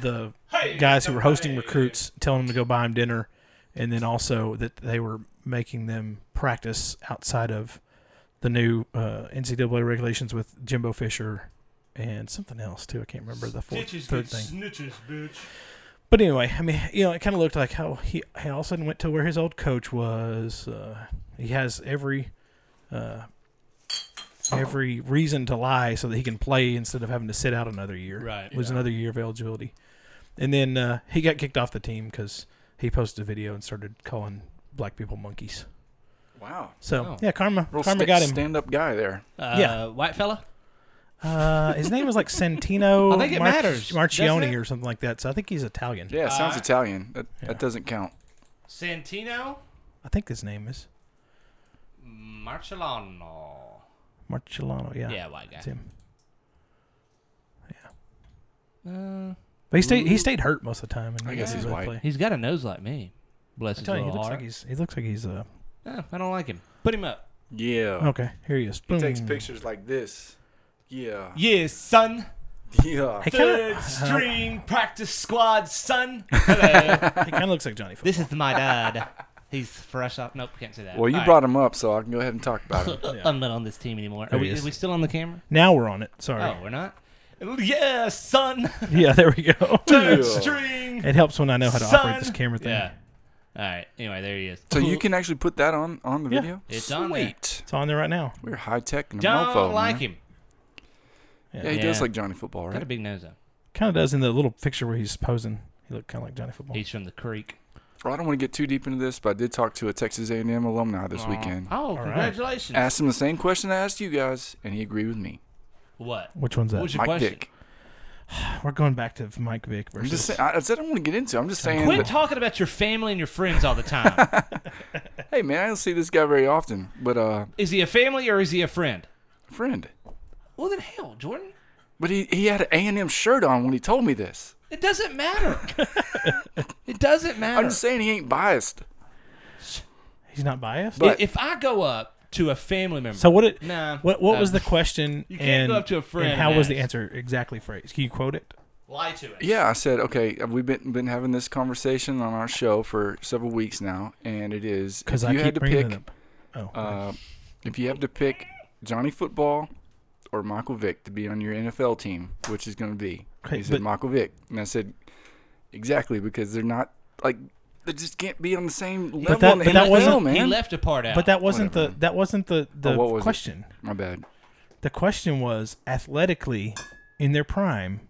F: the guys who were hosting recruits, telling them to go buy them dinner, and then also that they were making them practice outside of the new uh, NCAA regulations with Jimbo Fisher and something else too. I can't remember the fourth, third thing. But anyway, I mean, you know, it kind of looked like how he, he all of a sudden went to where his old coach was. Uh, he has every uh, every reason to lie so that he can play instead of having to sit out another year.
E: Right.
F: was another year of eligibility, and then uh, he got kicked off the team because he posted a video and started calling black people monkeys.
G: wow.
F: So
E: Oh.
F: yeah, karma,
G: Real
F: karma
G: sta-
F: got him.
G: stand-up guy there.
E: Uh,
F: Yeah.
E: white fella.
F: Uh, his name was like Santino.
E: I think it matters, doesn't
F: Marcioni
E: it?
F: or something like that. So I think he's Italian.
G: Yeah, it sounds
E: Uh,
G: Italian. That, that doesn't count.
E: Santino
F: I think his name is
E: Marcellano.
F: Marcellano. Yeah,
E: Yeah, white guy.
F: it's him.
E: Uh,
F: But he stayed. He stayed hurt most of the time. And
G: I guess he's white.
E: he's got a nose like me. Bless
F: I'm
E: his
F: telling
E: little
F: you, he looks
E: heart.
F: like he's. He looks like he's. Uh,
E: Oh, I don't like him. Put him up.
G: Yeah.
F: okay, here he is.
G: He takes
F: Boom.
G: pictures like this. Yeah.
E: Yes, son.
G: Yeah.
F: He kind
E: string practice squad, son. Hello.
F: of looks like Johnny. Football.
E: this is my dad. He's fresh up. Nope, can't say that.
G: Well, you
E: All
G: brought him up, so I can go ahead and talk about him.
E: right. I'm not on this team anymore. Are
F: he
E: we,
F: is.
E: are we still on the camera?
F: Now we're on it. Sorry.
E: Oh, we're not. Yeah, son.
F: Yeah, there we go.
E: Third
G: Yeah.
E: string.
F: it helps when I know how to operate this
E: Son.
F: camera thing.
E: Yeah. All right. Anyway, there he is.
G: So you can actually put that on on the
F: Yeah.
G: video.
E: It's on there.
G: Sweet.
F: It's on there right now.
G: We're high tech and a
E: Don't
G: mofo.
E: like
G: man.
E: him.
G: Yeah, he does
E: Yeah.
G: like Johnny Football,
E: Got a
G: right?
E: big nose though.
F: Kind of does in the little picture where he's posing. He looked kind of like Johnny Football.
E: He's from the creek.
G: Well, I don't want to get too deep into this, but I did talk to a Texas A&M alumni this weekend.
E: Oh,
F: right.
E: congratulations.
G: Asked him the same question I asked you guys, and he agreed with me.
E: What?
F: Which one's
E: What
F: that?
E: was your
G: Mike
E: question?
G: Dick.
F: We're going back to Mike Vick
G: I'm
F: versus.
G: just saying. I I said I don't want to get into. it. I'm just saying.
E: Quit
G: that-
E: talking about your family and your friends all the time.
G: hey, man, I don't see this guy very often, but uh,
E: is he a family or is he a friend?
G: friend.
E: Well, then hell, Jordan.
G: But he, he had an A&M shirt on when he told me this.
E: It doesn't matter. it doesn't matter.
G: I'm just saying he ain't biased.
F: he's not biased.
G: But-
E: if I go up to a family member,
F: so what? It,
E: Nah.
F: What? What
E: Uh,
F: was the question?
E: you can't
F: and,
E: go up to a
F: and
E: friend
F: how
E: and
F: was the
E: ask.
F: answer exactly phrased? Can you quote it?
E: lie to it.
G: Yeah, I said, okay, uh, we've been been having this conversation on our show for several weeks now, and it is
F: Because
G: if
F: I
G: you
F: keep
G: had to
F: bringing
G: pick,
F: it up. Oh,
G: uh, if you have to pick Johnny Football or Michael Vick to be on your NFL team, which is going to be.
F: Okay,
G: He said
F: but-
G: Michael Vick, and I said exactly because they're not like they just can't be on the same level.
F: that-
G: in the
F: but that
G: NFL,
F: wasn't-
G: man.
E: He left a part out.
F: But that wasn't the that wasn't the the
G: Oh, what was it?
F: question.
G: My bad.
F: The question was athletically in their prime.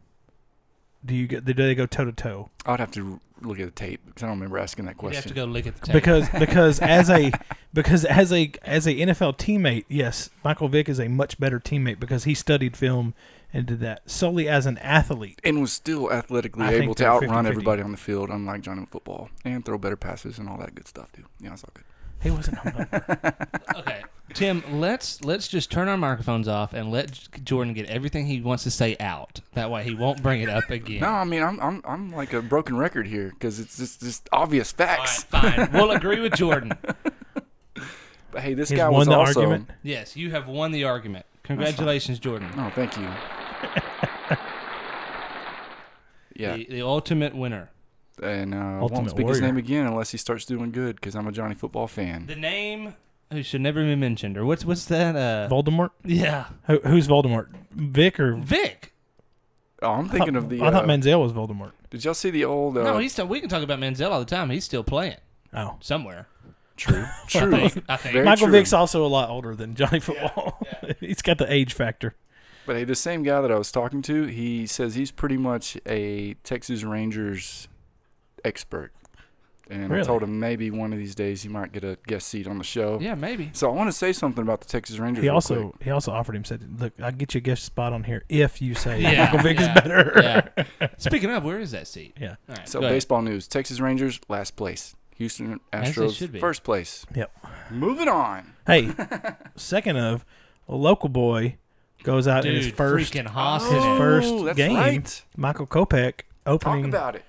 F: Do you get? Do they go toe to toe?
G: I'd have to look at the tape because I don't remember asking that
E: you have to
G: question.
E: go look at the tape.
F: Because because as a because as a as a NFL teammate, yes, Michael Vick is a much better teammate because he studied film and did that solely as an athlete.
G: And was still athletically
F: I think
G: able to
F: they're
G: outrun
F: 50-50.
G: everybody on the field, unlike Johnny in football, and throw better passes and all that good stuff too. Yeah, it's all good.
F: He wasn't hungover.
E: okay, Tim, let's let's just turn our microphones off and let J- Jordan get everything he wants to say out. That way, he won't bring it up again.
G: No, I mean I'm I'm I'm like a broken record here because it's just just obvious
E: All right,
G: facts.
E: fine. We'll agree with Jordan.
G: But hey, this
F: He's
G: guy
F: won
G: was
F: the
G: also.
F: argument.
E: Yes, you have won the argument. Congratulations, Jordan.
G: Oh, thank you. yeah,
E: The, the ultimate winner.
G: and uh, I won't
F: Ultimate
G: speak his
F: Warrior.
G: name again unless he starts doing good because I'm a Johnny football fan.
E: The name who should never be mentioned, or what's what's that? Uh,
F: Voldemort.
E: yeah,
F: Who, who's Voldemort? Vic or
E: Vic.
G: Oh, I'm thinking
F: I
G: of the.
F: I thought
G: uh,
F: Manziel was Voldemort.
G: Did y'all see the old? Uh,
E: No, he's still. We can talk about Manziel all the time. He's still playing
F: Oh,
E: somewhere.
G: true. True.
E: I think.
G: Very
F: Michael
G: true.
F: Vick's also a lot older than Johnny Football. He's got the age factor.
G: But hey, the same guy that I was talking to, he says he's pretty much a Texas Rangers expert. And I
F: Really?
G: told him maybe one of these days he might get a guest seat on the show.
E: Yeah, maybe.
G: So I want to say something about the Texas Rangers.
F: He
G: real
F: also
G: quick.
F: he also offered him said, "Look, I'll get you a guest spot on here if you say
E: Yeah,
F: Michael Vick
E: yeah,
F: is better."
E: Yeah. Speaking of, where is that seat?
F: Yeah.
E: All right,
G: So
E: go ahead.
G: baseball news: Texas Rangers last place, Houston
E: As they should
G: Astros
E: be.
G: first place.
F: Yep.
G: Moving on.
F: Hey, second of a local boy goes out
E: dude,
F: in his first
E: freaking Hoskins.
F: his first
G: Oh, that's
F: game.
G: right.
F: Michael Kopech
G: Talk
F: opening.
G: about it.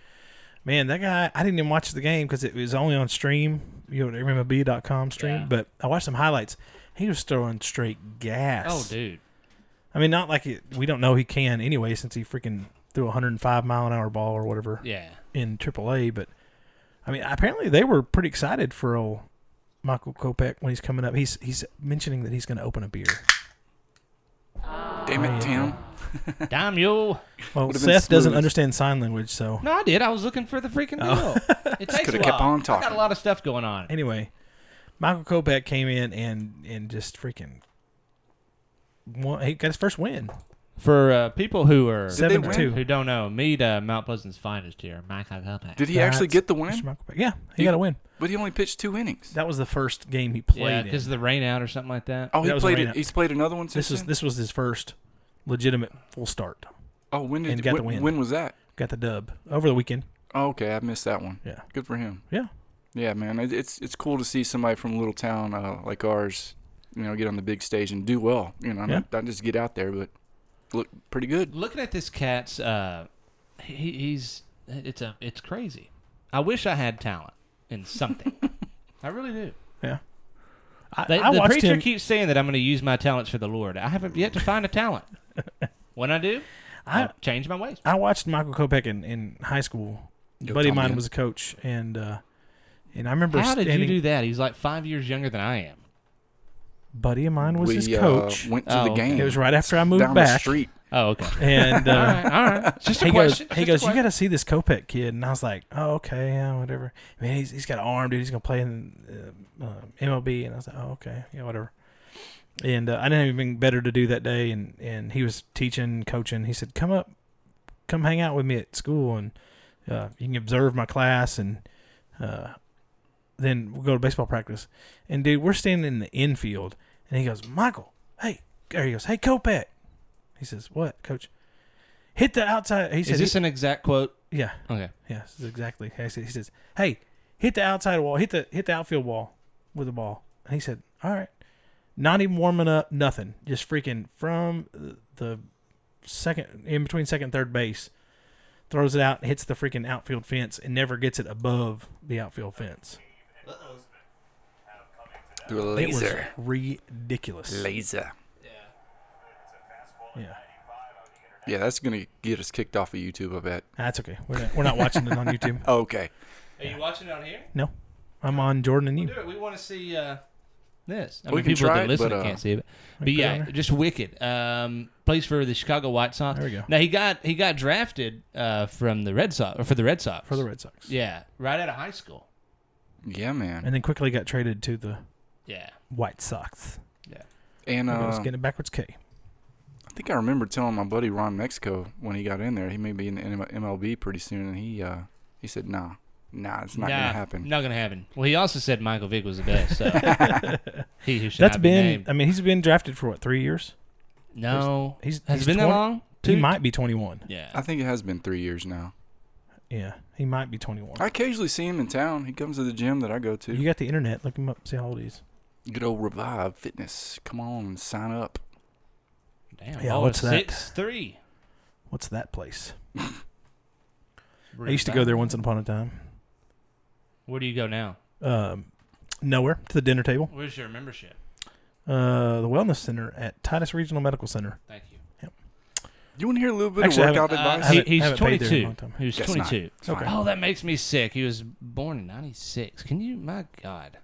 F: Man, that guy. I didn't even watch the game because it was only on stream. You know, MLB.com stream.
E: Yeah.
F: But I watched some highlights. He was throwing straight gas.
E: Oh, dude.
F: I mean, not like it, we don't know he can anyway, since he freaking threw a 105 mile an hour ball or whatever
E: Yeah.
F: in AAA. But I mean, apparently they were pretty excited for old Michael Kopech when he's coming up. He's he's mentioning that he's going to open a beer.
G: Damn it, Tim.
E: Damn you.
F: Well,
G: Would've been
F: Seth doesn't
G: smooth.
F: understand sign language, so
E: No, I did. I was looking for the freaking deal. It takes a
G: coulda
E: while.
G: Oh. kept on
E: I got
G: talking.
E: a lot of stuff going on.
F: anyway, Michael Kopech came in and and just freaking. Won, he got his first win.
E: For uh, people who are
G: they
F: Seven to
G: win?
F: two.
E: who don't know, meet uh, Mount Pleasant's finest here, Michael Kopech.
G: Did he actually
F: That's
G: get the
F: Mr.
G: win?
F: Michael Kopech. Yeah, he got a win.
G: But he only pitched two innings.
F: That was the first game he played.
E: yeah,
F: in.
E: because of the rain out or something like that.
G: Oh,
F: that
G: he
F: was a
G: played
F: rain
G: it.
F: out.
G: He's played another one since
F: this was
G: then?
F: this was his first legitimate full start.
G: Oh, when did
F: and got the
G: when,
F: win.
G: when was that?
F: Got the dub over the weekend.
G: Oh, okay, I missed that one.
F: Yeah.
G: Good for him.
F: Yeah.
G: Yeah, man, it, it's it's cool to see somebody from a little town uh, like ours, you know, get on the big stage and do well. You know,
F: Yeah.
G: not, not just get out there, but look pretty good.
E: Looking at this cat's, uh, he, he's it's a it's crazy. I wish I had talent in something. I really do.
F: Yeah. I,
E: They,
F: I
E: the
F: watched
E: preacher
F: him.
E: keeps saying that I'm going to use my talents for the Lord. I haven't yet to find a talent. when I do, I,
F: I,
E: will change my ways.
F: I watched Michael Kopech in, in high school. A buddy of
G: Tommy
F: mine
G: Ed.
F: was a coach, and uh, and I remember
E: How did
F: standing.
E: you do that? He's like five years younger than I am.
F: buddy of mine was
G: we
F: his
G: uh,
F: coach.
G: went to
E: Oh,
G: the
E: okay.
G: game.
F: it was right after I moved
G: down the
F: back,
G: street.
E: Oh, okay.
F: and uh,
E: all right, all right. It's Just a
F: he
E: question.
F: goes, he
E: just
F: goes,
E: a
F: you got
E: question.
F: to see this Kopech kid, and I was like, oh okay, yeah, whatever. Man, he's he's got an arm, dude. He's gonna play in uh, uh, MLB, and I was like, oh okay, yeah, whatever. And uh, I didn't have anything better to do that day, and and he was teaching, coaching. He said, come up, come hang out with me at school, and uh, you can observe my class, and uh, then we'll go to baseball practice. And dude, we're standing in the infield, and he goes, Michael, hey, there he goes, hey Kopech. He says, what, coach? Hit the outside. He said,
E: Is this an exact quote?
F: yeah,
E: Okay.
F: yeah, this is exactly. He says, he says, "Hey, hit the outside wall, hit the hit the outfield wall with the ball." And he said, "All right." Not even warming up, nothing. Just freaking from the second in between second and third base, throws it out, hits the freaking outfield fence, and never gets it above the outfield fence.
G: Through a
F: It was
G: laser.
F: ridiculous.
G: Laser.
F: Yeah,
G: Yeah, that's gonna get us kicked off of YouTube. I bet. Oh,
F: that's okay. We're not, we're not watching it on YouTube.
G: Okay.
E: Are you watching it on here?
F: No, I'm on Jordan and you.
E: it. We want to see. Uh, this. I
G: We
E: mean,
G: can
E: people
G: try
E: that
G: it,
E: listen
G: but,
E: that
G: uh,
E: can't see it. But
F: put it on
E: yeah,
F: there.
E: just wicked. Um, plays for the Chicago White Sox.
F: uh, There we go.
E: Now he got he got drafted uh, from the Red Sox or for the Red Sox.
F: for the Red Sox.
E: Yeah, right out of high school.
G: Yeah, man.
F: And then quickly got traded to the
E: Yeah.
F: White Sox.
G: And
F: It was
G: uh,
F: getting it backwards K.
G: I think I remember telling my buddy Ron Mexico when he got in there, he may be in the NM MLB pretty soon, and he uh, he said, "Nah, nah, it's not
E: Nah,
G: gonna happen."
E: Not gonna happen. Well, he also said Michael Vick was the best. So he who should
F: That's
E: not be
F: been.
E: named.
F: I mean, he's been drafted for what three years?
E: no.
F: he's-
E: has
F: he's
E: it been
F: 20
E: that long.
F: He might be 21.
E: Yeah.
G: I think it has been three years now.
F: Yeah, he might be 21.
G: I occasionally see him in town. He comes to the gym that I go to.
F: You got the internet. Look him up. See how old he is.
G: Good old Revive Fitness. Come on and sign up.
E: Damn.
F: Yeah,
E: oh,
F: what's that?
E: Six three.
F: What's that place? I used to go there once upon a time.
E: Where do you go now?
F: Um, nowhere to the dinner table.
E: Where's your membership?
F: Uh, the wellness center at Titus Regional Medical Center.
E: Thank you.
G: You want to hear a little bit
F: Actually, I
G: of
F: haven't-
G: workout
E: Uh,
G: advice?
F: haven't-
E: he, he's
F: haven't paid there in
E: 22.
F: a long time.
E: He was
G: Guess not.
E: 22.
G: It's Okay. fine.
E: Oh, that makes me sick. He was born in 96. Can you? My God.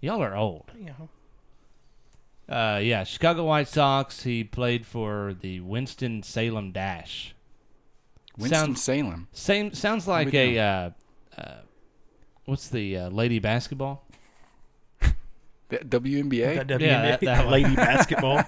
E: Y'all are old.
F: Yeah.
E: Uh, yeah, Chicago White Sox. He played for the Winston Salem Dash.
G: Winston
E: Sounds
G: Salem.
E: same. Sounds like
G: we
E: a uh, uh, what's the uh, lady basketball?
G: The WNBA.
F: WNBA,
E: that- that one.
F: lady basketball.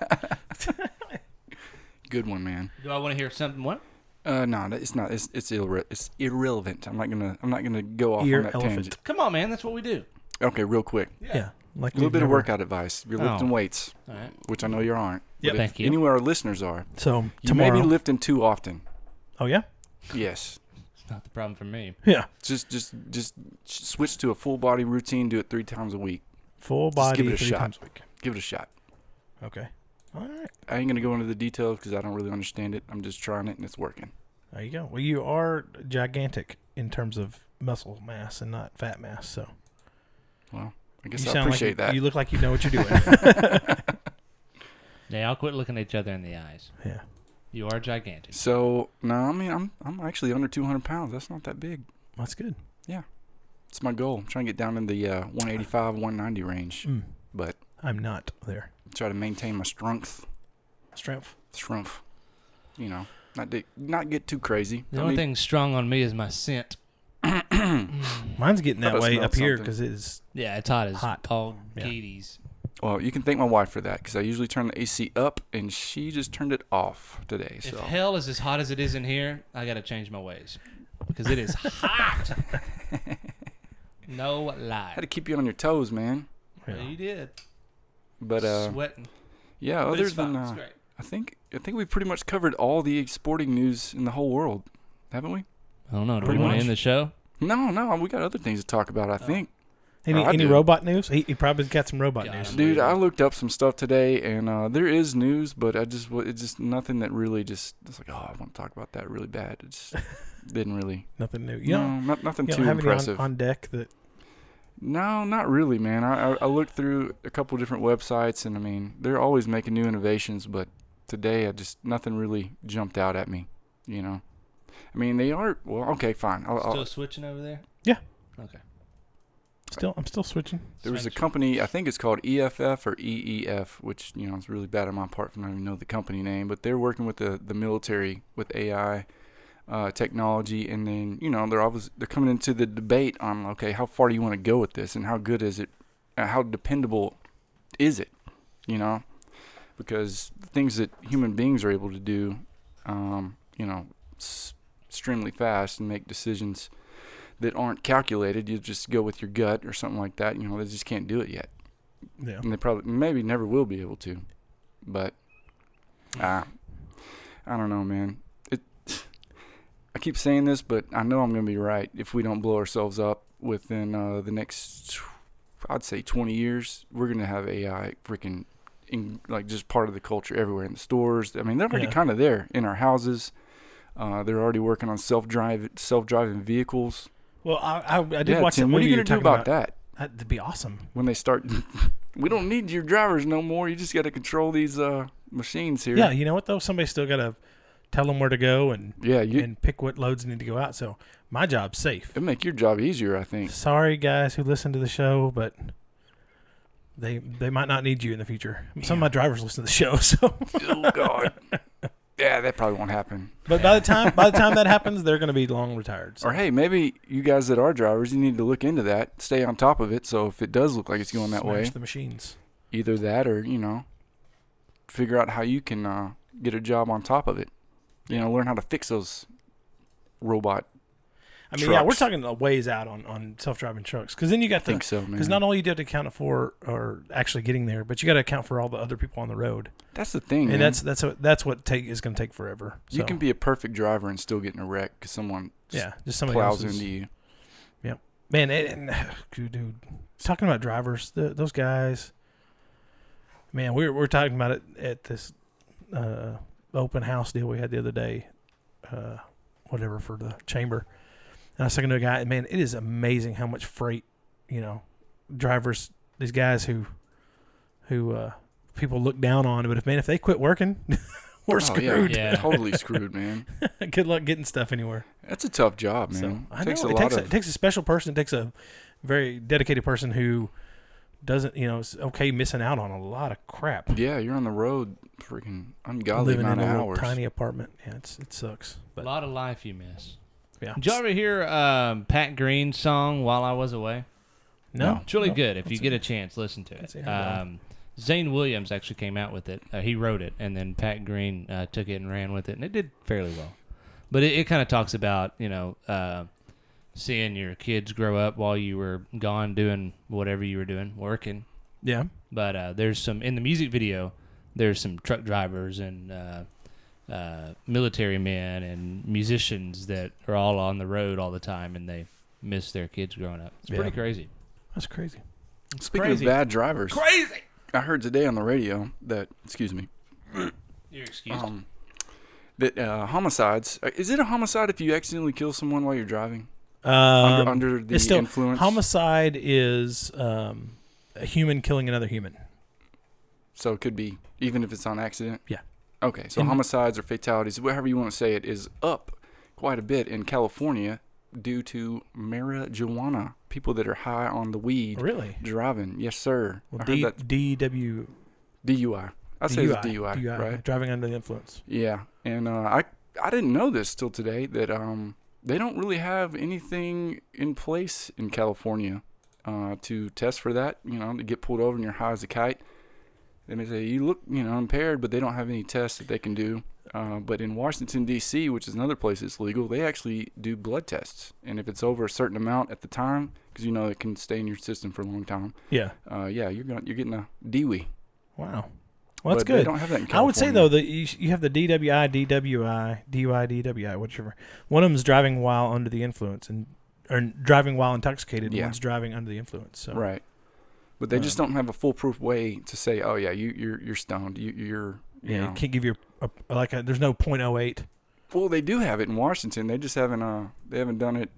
G: Good one, man.
E: Do I want to hear something? What?
G: Uh, no, that- it's not. It's it's, irre- it's irrelevant. I'm not gonna. I'm not gonna go off
F: Ear
G: on that
F: elephant.
G: tangent.
E: Come on, man. That's what we do.
G: Okay, real quick.
F: Yeah. Like
G: A little
F: we've
G: bit of
F: never-
G: workout advice. You're lifting
E: Oh.
G: weights,
E: All right.
G: which I know you aren't.
F: Yep.
G: But
E: Thank
G: if
E: you.
G: Any of our listeners are.
F: So
G: You
F: tomorrow.
G: may be lifting too often.
F: oh yeah.
G: Yes.
E: It's not the problem for me.
F: Yeah.
G: Just just just switch to a full body routine. Do it three times a week.
F: Full
G: Just
F: body
G: give it a
F: three
G: shot.
F: times a week.
G: Give it a shot.
F: Okay. All right.
G: I ain't gonna go into the details because I don't really understand it. I'm just trying it and it's working.
F: There you go. Well, you are gigantic in terms of muscle mass and not fat mass. So
G: Well, I
F: you
G: guess I appreciate
F: like you-
G: that.
F: you look like you know what you're doing.
E: Yeah, I'll quit looking at each other in the eyes.
F: yeah.
E: You are gigantic.
G: so no, I mean I'm I'm actually under 200 pounds. That's not that big.
F: That's good.
G: It's my goal. I'm trying to get down in the uh, 185, 190 range,
F: Mm.
G: but
F: I'm not there.
G: try to maintain my strength.
F: Strength.
G: Strength. You know, not di- not get too crazy.
E: The
G: Don't
E: only
G: need-
E: thing strong on me is my scent.
F: Mine's getting
G: Thought
F: that
G: I
F: way
G: smelled
F: up here
G: something.
F: because it is.
E: Yeah, it's hot as
F: Hot.
E: Paul
F: Yeah.
E: Geeties.
G: Well, you can thank my wife for that because I usually turn the AC up and she just turned it off today.
E: If
G: So
E: hell is as hot as it is in here, I gotta change my ways because it is hot. no lie,
G: had to keep you on your toes, man.
E: you
F: Yeah.
E: did
G: But uh,
E: sweating.
G: yeah,
E: But
G: other
E: it's fine.
G: than
E: it's
G: uh,
E: great.
G: I think I think we've pretty much covered all the sporting news in the whole world, haven't we?
E: I don't know. Do we
F: pretty
E: want to
F: much.
E: end the show?
G: No, no, we got other things to talk
F: Oh,
G: about. I think,
F: Any
G: I
F: any
G: do.
F: robot news? He, he probably's got some robot
E: God,
F: news.
E: I'm-
G: dude, I looked up some stuff today, and uh, there is news, but I just wa- it's just nothing that really just it's like oh I want to talk about that really bad. It just didn't really
F: Nothing new. You don't,
G: no not, nothing
F: you don't
G: too
F: have
G: impressive.
F: any on, on deck that.
G: no, not really, man. I, I I looked through a couple different websites, and I mean they're always making new innovations, but today I just nothing really jumped out at me, you know. I mean they are well okay fine. I'll, I'll,
E: Still switching over there.
F: Yeah.
E: Okay.
F: Still, I'm still switching.
G: There was a
E: Strange.
G: company, I think it's called EFF or EEF, which you know is really bad on my part from not even know the company name, but they're working with the, the military with AI uh, technology, and then you know they're always they're coming into the debate on okay how far do you want to go with this, and how good is it, uh, how dependable is it, you know, because the things that human beings are able to do, um, you know, s- extremely fast and make decisions that aren't calculated. You just go with your gut or something like that. You know, they just can't do it yet,
F: Yeah.
G: and they probably maybe never will be able to. But ah, I don't know, man. It. I keep saying this, but I know I'm gonna be right if we don't blow ourselves up within uh, the next, tw- I'd say, 20 years. We're gonna have AI freaking. In, like just part of the culture everywhere in the stores. I mean, they're already
F: Yeah.
G: kind of there in our houses. Uh, they're already working on self drive self driving vehicles.
F: Well, I I, I did
G: Yeah,
F: watch
G: Tim,
F: that
G: what are
F: movie you
G: you gonna
F: were
G: do
F: talking
G: about,
F: about.
G: that
F: That, would be awesome.
G: when they start? we don't need your drivers no more. You just got to control these uh, machines here.
F: Yeah. You know what though? Somebody's still got to tell them where to go and
G: yeah. You
F: and pick what loads need to go out. So my job's safe.
G: it make your job easier, I think.
F: Sorry guys who listen to the show, but They they might not need you in the future. Some of my drivers listen to the show, so
G: oh God. Yeah, that probably won't happen.
F: but by the time by the time that happens, they're going to be long retired. So.
G: Or hey, maybe you guys that are drivers, you need to look into that. Stay on top of it. So if it does look like it's going that
F: Smash
G: way,
F: the machines.
G: either that or you know, figure out how you can uh, get a job on top of it. You know, learn how to fix those robot.
F: I mean, yeah, we're
G: Trucks.
F: talking a ways out on, on self driving trucks because then you got to
G: think so,
F: Because
G: man.
F: not only you have to account for or actually getting there, but you got to account for all the other people on the road,
G: That's the thing. man.
F: and that's that's what that's what take is going to take forever.
G: you
F: So,
G: can be a perfect driver and still get in a wreck because someone just
F: yeah, just somebody
G: plows
F: else's.
G: into you.
F: Man, it, and, dude, talking about drivers, th those guys. Man, we were, we were talking about it at this uh, open house deal we had the other day, uh, whatever for the chamber. And I was talking to a guy, and man, it is amazing how much freight, you know, drivers, these guys who, who uh, people look down on. But if man, if they quit working, we're
G: Oh, yeah.
F: screwed.
E: Yeah.
G: totally screwed, man.
F: Good luck getting stuff anywhere.
G: That's a tough job, man.
F: So I
G: it takes
F: know
G: a
F: it
G: lot
F: takes a,
G: of
F: it takes a special person. It takes a very dedicated person who doesn't, you know, is okay missing out on a lot of crap.
G: yeah. You're on the road, freaking ungodly
F: Living in
G: amount
F: a
G: of
F: little
G: hours.
F: tiny apartment, yeah, it's, it sucks.
E: A
F: But
E: lot of life you miss.
F: yeah,
E: Did you ever hear um, Pat Green's song "While I Was Away"?
F: no,
E: It's really good. If you get a chance, listen to
F: That's
E: it.
F: it, I will.
E: Um, Zane Williams actually came out with it. Uh, he wrote it, and then Pat Green uh, took it and ran with it, and it did fairly well. But it, it kind of talks about you know uh, seeing your kids grow up while you were gone doing whatever you were doing, working.
F: yeah,
E: But uh, there's some in the music video. There's some truck drivers and uh, uh, military men and musicians that are all on the road all the time, and they miss their kids growing up. It's
F: Yeah.
E: pretty crazy.
F: that's crazy.
G: Speaking
E: Crazy.
G: of bad drivers, crazy. I heard today on the radio that excuse me
E: You're excused.
G: um, that uh, homicides is it a homicide if you accidentally kill someone while you're driving
F: Um,
G: under the
F: it's still,
G: influence?
F: homicide is um, a human killing another human.
G: so it could be even if it's on accident
F: Yeah.
G: okay so
F: In-
G: homicides or fatalities whatever you want to say it is up quite a bit in California due to marijuana people that are high on the weed
F: Really?
G: driving yes sir
F: Well,
G: I
F: D,
G: heard
F: DW,
G: that DUI I say it's DUI, right
F: Driving under the influence.
G: Yeah, and uh, I I didn't know this till today that um they don't really have anything in place in California uh, to test for that. You know, to get pulled over and you're high as a kite. They may say you look you know impaired, but they don't have any tests that they can do. Uh, but in Washington D.C., which is another place that's legal, they actually do blood tests, and if it's over a certain amount at the time, because you know it can stay in your system for a long time.
F: Yeah.
G: Uh, yeah, you're going you're getting a DWI.
F: Wow. Well, that's
G: But
F: good.
G: They don't have that in
F: I would say
G: California.
F: though that you, you have the DWI, DWI, DUI, DWI, whichever. One of them is driving while under the influence, and or driving while intoxicated. and
G: Yeah.
F: One's driving under the influence. So
G: Right. But they
F: Um,
G: just don't have a foolproof way to say, oh yeah, you you're you're stoned. You you're you
F: yeah,
G: know."
F: it can't give you a, a- like a, there's no .08.
G: Well, they do have it in Washington. They just haven't uh they haven't done it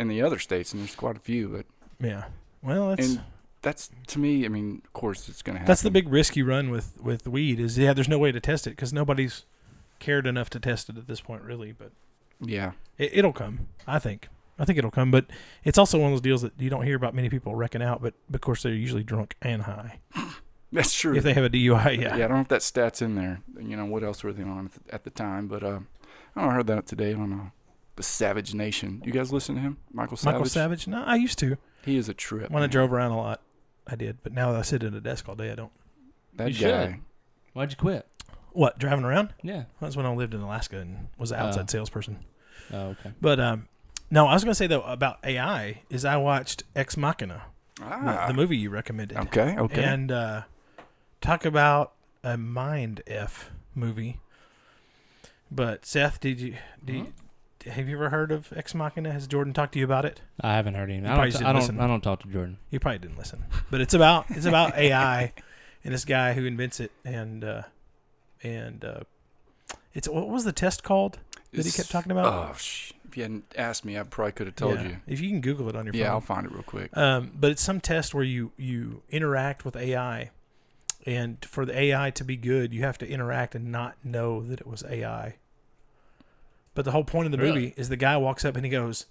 G: in the other states, and there's quite a few. But
F: Yeah. Well, that's
G: and that's to me, I mean, of course it's gonna happen.
F: that's the big risk you run with with weed is yeah, there's no way to test it because nobody's cared enough to test it at this point really, but
G: yeah.
F: it, it'll come. I think. I think it'll come, but it's also one of those deals that you don't hear about many people wrecking out, but of course they're usually drunk and high.
G: That's true.
F: If they have a DUI, yeah.
G: I don't know if that stats in there. You know what else were they on at the, at the time? But uh, I don't know, I heard that today on uh, the Savage Nation. You guys listen to him, Michael Savage.
F: Michael Savage? No, I used to.
G: He is a trip.
F: When I
G: man.
F: drove around a lot, I did. But now that I sit at a desk all day, I don't.
G: that
E: You
G: guy.
E: should. Why'd you quit?
F: What, driving around?
E: Yeah.
F: That's when I lived in Alaska and was an outside
E: Oh.
F: salesperson.
E: Oh, okay.
F: But um, no, I was going to say, though, about AI is I watched Ex Machina, the-
G: Ah,
F: the movie you recommended.
G: okay, okay.
F: And uh, talk about a mind F movie. But Seth, did you, did you- have you ever heard of Ex Machina? Has Jordan talked to you about it?
E: I haven't heard any. I
F: probably
E: don't.
F: should
E: I
F: listen.
E: don't, I don't talk to Jordan.
F: You probably didn't listen, but it's about it's about AI and this guy who invents it, and uh, and uh, it's what was the test called that he
G: It's-
F: kept talking about?
G: Oh, sh- if you hadn't asked me, I probably could have told
F: Yeah.
G: you.
F: If you can Google it on your
G: Yeah, I'll
F: phone,
G: find it real quick.
F: um, but it's some test where you you interact with AI, and for the AI to be good, you have to interact and not know that it was AI. But the whole point of the
E: Really?
F: movie is the guy walks up and he goes,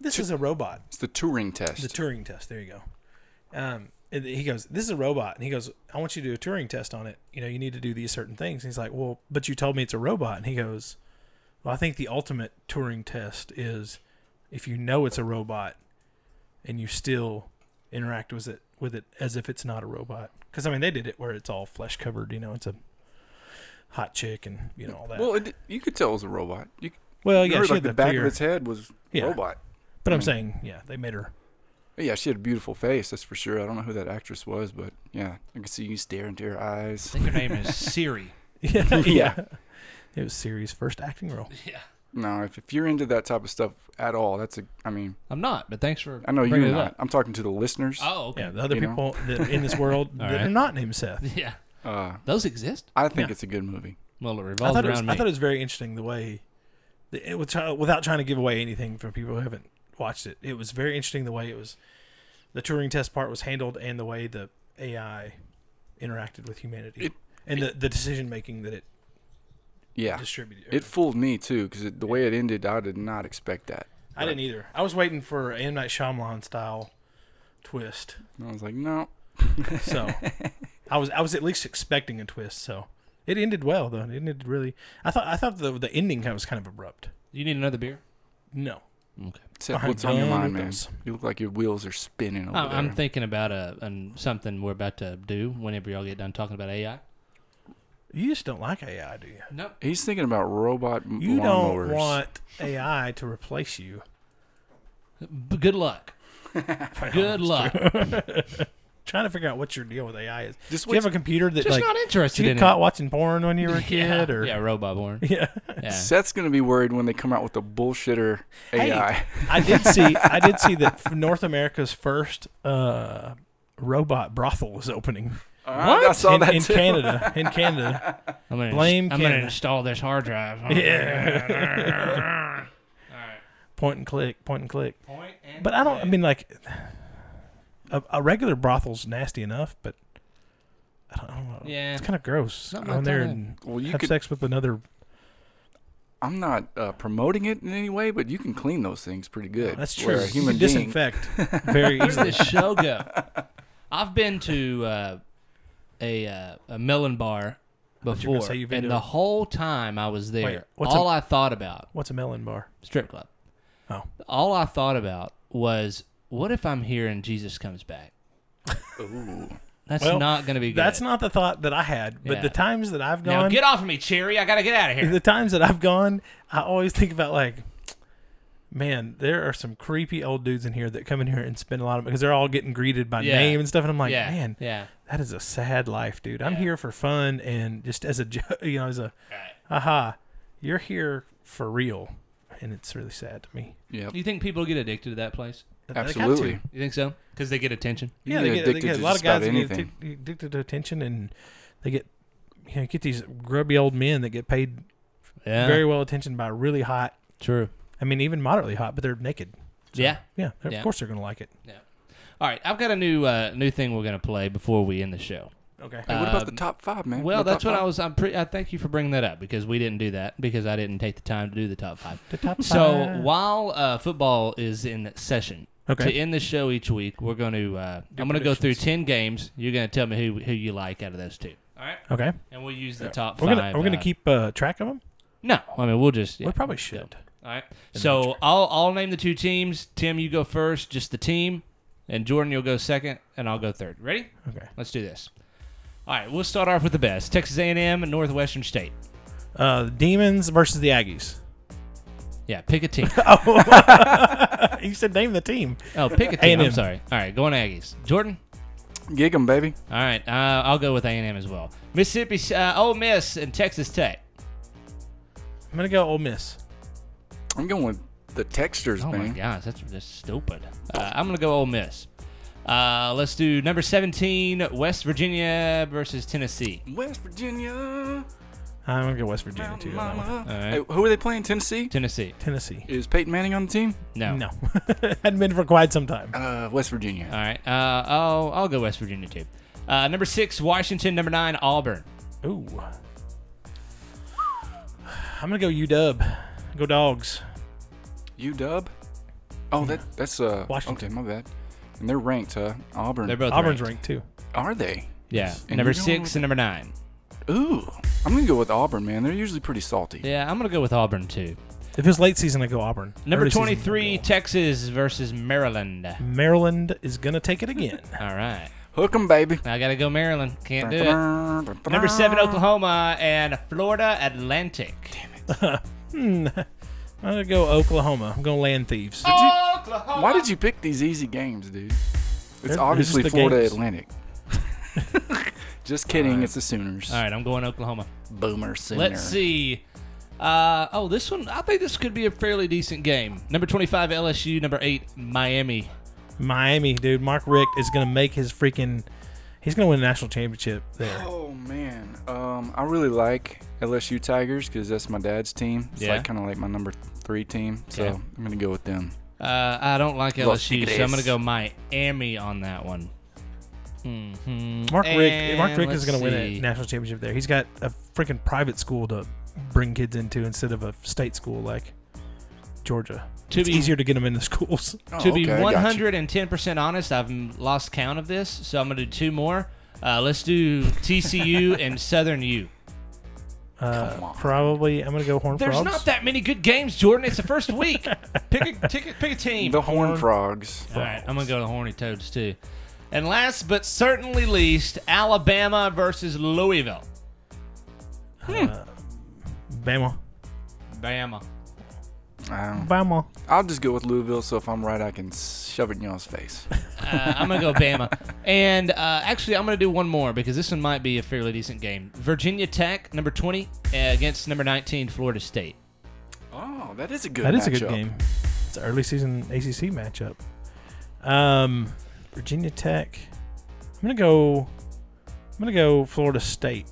F: "This is a robot."
G: It's the Turing test.
F: The Turing test. There you go. Um, and he goes, "This is a robot," and he goes, "I want you to do a Turing test on it. You know, you need to do these certain things." And he's like, "Well, but you told me it's a robot," and he goes, "Well, I think the ultimate Turing test is if you know it's a robot and you still interact with it with it as if it's not a robot." Because I mean, they did it where it's all flesh covered. You know, it's a hot chick and you know all that.
G: Well, it, you could tell it was a robot. You,
F: Well, Oh, yeah,
G: remember,
F: she
G: like
F: had
G: the
F: the
G: back
F: clear-
G: of its head was
F: Yeah.
G: robot.
F: But I'm saying, yeah, they made her.
G: But yeah, she had a beautiful face, that's for sure. I don't know who that actress was, but yeah, I could see you stare into her eyes.
E: I think her name is Siri.
F: Yeah,
G: Yeah.
F: It was Siri's first acting role.
G: No, if, if you're into that type of stuff at all, that's a. I mean,
E: I'm not, but thanks for.
G: I know
E: bringing
G: you're
E: it
G: not.
E: up.
G: I'm talking to the listeners.
E: Oh, okay.
F: Yeah, the other
G: You know?
F: people that are in this world that
E: right.
F: are not named Seth.
E: Yeah.
G: Uh,
E: Those exist.
G: I think
F: Yeah.
G: it's a good movie.
E: Well, it
F: I
E: revolves
F: thought, it was,
E: around
F: I thought it
E: me.
F: was very interesting the way, the, it was, uh, without trying to give away anything for people who haven't watched it, it was very interesting the way it was, the Turing test part was handled and the way the AI interacted with humanity
G: It-
F: and the, the decision making that it
G: Yeah,
F: distributed.
G: it fooled me too because the way it ended, I did not expect that.
F: I didn't either. I was waiting for a M. Night Shyamalan style twist.
G: And I was like, no,
F: So I was I was at least expecting a twist. So it ended well though. It ended really. I thought I thought the the ending kind of was kind of abrupt.
E: You need another beer?
F: No,
G: Seth,
F: I'm
G: what's on your
F: done
G: mind,
F: with
G: man?
F: this.
G: You look like your wheels are spinning over
E: I'm, Oh, I'm
G: there.
E: thinking about a an, something we're about to do whenever y'all get done talking about AI.
F: you just don't like AI, do you?
E: Nope.
G: He's thinking about robot m-
F: You
G: lawnmowers.
F: don't want AI to replace you.
E: But good luck. good luck.
F: Trying to figure out what your deal with AI is.
G: Just
F: do you have
G: wait-
F: a computer that
E: Just
F: like
E: not
F: did you
E: interested
F: get
E: in
F: caught
E: it.
F: watching porn when you were a kid
E: yeah,
F: or
E: yeah, robot born.
F: yeah.
E: Yeah.
G: Seth's gonna be worried when they come out with the bullshitter
F: Hey,
G: AI.
F: I did see I did see that f- North America's first uh, robot brothel was opening
G: I saw
F: in,
G: that
F: in
G: too.
F: Canada. In Canada,
E: I'm gonna
F: Blame
E: I'm gonna
F: Canada.
E: install this hard drive.
F: point and click, point and click.
E: Point and
F: But I don't. I mean, like a, a regular brothel's nasty enough, but I don't, I don't know.
E: Yeah.
F: it's kind of gross.
E: Not
F: Go
E: my
F: in there
E: type.
F: and
G: Well, you
F: have
G: could-
F: sex with another.
G: I'm not uh, promoting it in any way, but you can clean those things pretty good.
F: Oh, That's
G: Where
F: true.
G: a human
F: you
G: being,
F: can disinfect very
E: Where's
F: easily.
E: this show go? I've been to uh, a uh, a melon bar
F: you were gonna
E: before,
F: say you've been
E: and
F: to
E: the
F: a-
E: whole time I was there,
F: Wait, what's
E: all
F: a-
E: I thought about
F: What's a melon bar?
E: strip club.
F: Oh.
E: all I thought about was what if I'm here and Jesus comes back? that's
F: Well,
E: not going to be good.
F: That's not the thought that I had, but
E: Yeah.
F: the times that I've
E: Now
F: gone,
E: get off of me, Cherry! I gotta get out of here.
F: the times that I've gone, I always think about like, man, there are some creepy old dudes in here that come in here and spend a lot of because they're all getting greeted by
E: Yeah.
F: name and stuff, and I'm like,
E: yeah,
F: man,
E: yeah.
F: that is a sad life, dude. I'm here for fun and just as a jo- you know as a,
E: Right.
F: aha, you're here for real, and it's really sad to me.
G: Yep.
E: Do you think people get addicted to that place?
F: They got to.
G: Absolutely.
E: You think so? Because they get attention.
G: You
F: Yeah,
G: can
F: they
G: get
F: get, they
G: addicted
F: get
G: to
F: a lot
G: just
F: of guys
G: about
F: that get
G: anything.
F: addic- addicted to attention, and they get you know get these grubby old men that get paid
E: Yeah,
F: very well attention by really hot.
E: true.
F: I mean, even moderately hot, but they're naked.
E: Yeah.
F: Yeah, of
E: Yeah.
F: course they're gonna like it.
E: All right, I've got a new uh, new thing we're gonna play before we end the show.
F: Okay.
G: Hey, what about the
E: Um,
G: top five, man?
E: Well,
G: The
E: that's
G: top
E: what I
G: five?
E: was. I'm pre- I thank you for bringing that up because we didn't do that because I didn't take the time to do the top five.
F: The top
E: So
F: five.
E: while uh, football is in session,
F: Okay.
E: to end the show each week, we're going to. Uh, I'm going to go through ten games. You're going to tell me who who you like out of those two. All right,
F: Okay.
E: and we'll use the top
F: We're gonna
E: five.
F: we're gonna
E: uh,
F: keep uh, track of them.
E: No, I mean we'll just. yeah,
F: we probably
E: go.
F: should.
E: All right. So I'll I'll name the two teams. Tim, you go first. Just the team, and Jordan, you'll go second, and I'll go third. Ready?
F: Okay.
E: Let's do this. All right, we'll start off with the best: Texas A&M and Northwestern State.
F: Uh, the Demons versus the Aggies.
E: Yeah, pick a team.
F: Oh, you said name the team.
E: Oh, pick a team. I'm
F: A&M.
E: sorry. All right, going Aggies. Jordan.
G: Gig 'em, baby.
E: All right, uh, I'll go with A and M as well. Mississippi, uh, Ole Miss, and Texas Tech.
F: I'm gonna go Ole Miss.
G: I'm going with the textures,
E: Oh my
G: man.
E: gosh, that's just stupid. Uh, I'm gonna go Ole Miss. Uh, let's do number 17, West Virginia versus Tennessee.
G: West Virginia.
F: I'm gonna go West Virginia
G: Mountain
F: too. on that one.
G: Mama.
E: right.
G: Hey, who are they playing? Tennessee?
E: Tennessee.
F: Tennessee.
G: Is Peyton Manning on the team?
E: No.
F: No, hadn't been for quite some time.
G: Uh, West Virginia.
E: All right. Uh, I'll I'll go West Virginia too. Uh, number six, Washington. Number nine, Auburn.
F: Ooh. I'm gonna go UW. Go Dogs.
G: UW. Oh, that that's uh.
F: Washington.
G: Okay, my bad. And they're ranked, huh? Auburn.
E: They're both
F: Auburn's
E: ranked.
F: ranked too.
G: Are they?
E: Yeah,
G: And
E: number
G: you don't-
E: six and number nine.
G: Ooh. I'm going to go with Auburn, man. They're usually pretty salty.
E: Yeah, I'm gonna go with Auburn too.
F: If it's late season, I go Auburn.
E: Number
F: Early season, I go
E: twenty-three, Texas versus Maryland. All
F: Maryland is gonna take it again.
E: right,
G: Hook 'em, baby.
E: I gotta go Maryland. Can't do it. Number seven, Oklahoma and Florida Atlantic.
F: I'm gonna go Oklahoma. I'm gonna land thieves.
E: Oh, Oklahoma.
G: Why did you pick these easy games, dude?
F: They're-
G: It's
F: they're
G: obviously
F: just the
G: Florida
F: games.
G: Atlantic. just kidding. It's the Sooners.
E: All right, I'm going Oklahoma.
G: Boomer Sooner.
E: Let's see. Uh, oh, this one. I think this could be a fairly decent game. Number twenty-five, LSU. Number eight, Miami.
F: Miami, dude. Mark Richt is gonna make his freaking. He's gonna win a national championship there.
G: Oh man, um, I really like LSU Tigers because that's my dad's team. It's
E: Yeah.
G: like kind of like my number three team, so
E: Okay.
G: I'm gonna go with them.
E: Uh, I don't like
G: Los
E: LSU, so I'm gonna
G: Tigres.
E: go Miami on that one. Hmm,
F: Mark Rick. Mark
E: And
F: Rick
E: let's
F: is gonna win
E: see.
F: a national championship there. He's got a freaking private school to bring kids into instead of a state school like Georgia.
E: To
F: it's
E: be-
F: easier to get them into schools.
G: Oh,
E: to be
G: okay, I got you.
E: 110% honest, I've m- lost count of this, so I'm going to do two more. Uh, let's do TCU and Southern U.
G: Come
F: Uh,
G: on.
F: probably I'm gonna go Horn
E: There's
F: Frogs.
E: not that many good games, Jordan. It's the first week. pick, a, pick, a, pick a team.
G: The Horn Frogs.
E: All right, I'm going to go to Horny Toads, too. And last but certainly least, Alabama versus Louisville.
F: Bama.
E: Bama.
G: Um,
F: Bama.
G: I'll just go with Louisville, so if I'm right, I can shove it in y'all's face.
E: Uh, I'm going to go Bama. And uh, actually, I'm going to do one more because this one might be a fairly decent game. Virginia Tech, number 20, uh, against number 19, Florida State.
G: Oh, that is a good.
F: That is a good
G: matchup.
F: game. It's an early season ACC matchup. Um, Virginia Tech. I'm gonna go. I'm gonna go Florida State.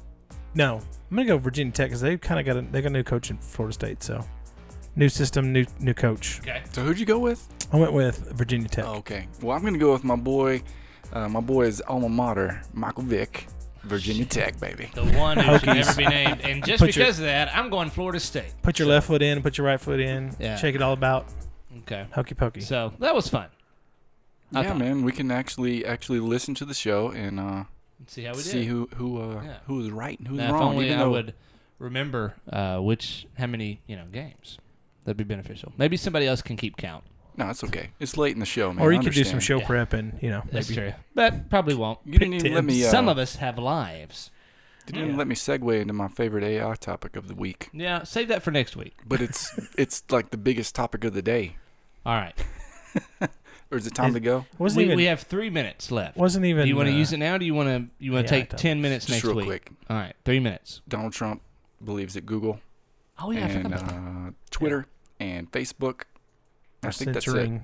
F: No, I'm gonna go Virginia Tech because they've kind of got a they got a new coach in Florida State, so new system, new new coach.
E: Okay.
G: So who'd you go with?
F: I went with Virginia Tech.
E: Oh,
G: Okay. Well, I'm gonna go with my boy. Uh, my boy's alma mater, Michael Vick, Virginia Tech, baby.
E: The one who should
F: Hokies.
E: never be named. And just
F: Put your-
E: because of that, I'm going Florida State.
F: Put your left foot in, put your right foot in,
E: Yeah.
F: shake it all about,
E: Okay.
F: hokey pokey.
E: So that was fun. I
G: yeah,
E: thought-
G: man, we can actually actually listen to the show and uh,
E: Let's see how we did.
G: see who who uh,
E: Yeah.
G: who was right and who was
E: now, if
G: wrong.
E: only
G: even
E: I
G: though-
E: would remember uh, which, how many, you know, games. That'd be beneficial. Maybe somebody else can keep count.
G: No, it's okay. It's late in the show, man.
F: or
G: I
F: you could do some
G: understand.
F: show
E: Yeah.
F: prep and you know
E: That's
F: maybe
E: true. But probably won't.
G: You didn't even let
F: Pick-tens.
G: me. Uh,
E: Some of us have lives.
G: you didn't let me segue into my favorite AI topic of the week,
E: Yeah, save that for next week.
G: but it's it's like the biggest topic of the day.
E: All right.
G: Or is it time to go?
F: wasn't
E: We,
F: even
E: we have three minutes left.
F: wasn't even.
E: do you want to
F: uh,
E: use it now? Or do you want to you want
F: yeah,
E: to
F: I
E: take
F: don't-
E: ten minutes
G: Just
E: next
G: real
E: week?
G: quick.
E: All right, three minutes.
G: Donald Trump believes that Google
E: Oh yeah, I forgot
G: and
E: about that.
G: uh, Twitter and Facebook. I think that's it.
F: uh, censoring.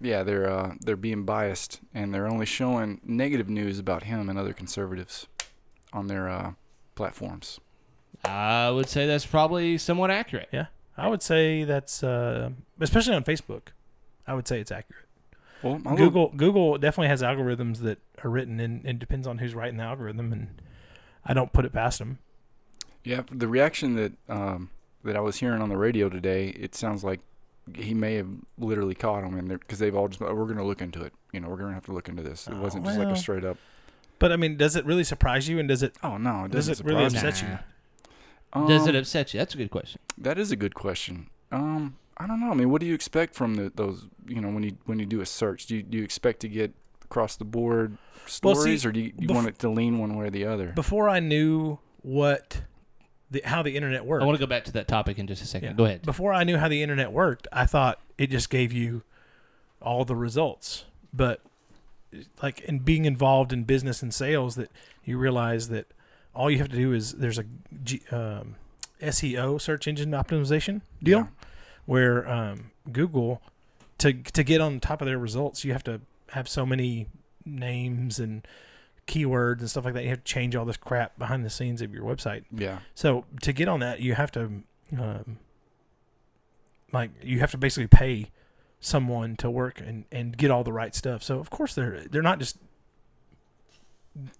G: Yeah, they're uh, they're being biased and they're only showing negative news about him and other conservatives on their uh, platforms.
E: I would say that's probably somewhat accurate.
F: Yeah, I would say that's uh, especially on Facebook. I would say it's accurate.
G: Well, my little-
F: Google Google definitely has algorithms that are written, and it depends on who's writing the algorithm. And I don't put it past them.
G: Yeah, the reaction that um, that I was hearing on the radio today, it sounds like he may have literally caught him, and because they've all just, oh, we're going to look into it. You know, we're going to have to look into this. It
F: Oh,
G: wasn't just like
F: well.
G: a straight up.
F: But I mean, does it really surprise you? And does it
G: Oh no, it
F: does
G: doesn't
F: it really
G: surprise me.
F: upset you?
G: Um,
E: Does it upset you? That's a good question.
G: That is a good question. Um, I don't know. I mean, what do you expect from the, those? You know, when you when you do a search, do you, do you expect to get across the board
F: Well,
G: stories,
F: see,
G: or do you, you
F: bef-
G: want it to lean one way or the other?
F: Before I knew what the how the internet worked,
E: I want to go back to that topic in just a second.
F: Yeah.
E: Go ahead.
F: Before I knew how the internet worked, I thought it just gave you all the results. But like in being involved in business and sales, that you realize that all you have to do is there's a G, um, SEO search engine optimization deal
G: Yeah.
F: where um, Google to to get on top of their results, you have to have so many names and keywords and stuff like that. You have to change all this crap behind the scenes of your website.
G: Yeah.
F: So to get on that, you have to, um, like, you have to basically pay someone to work and, and get all the right stuff. So of course they're they're not just,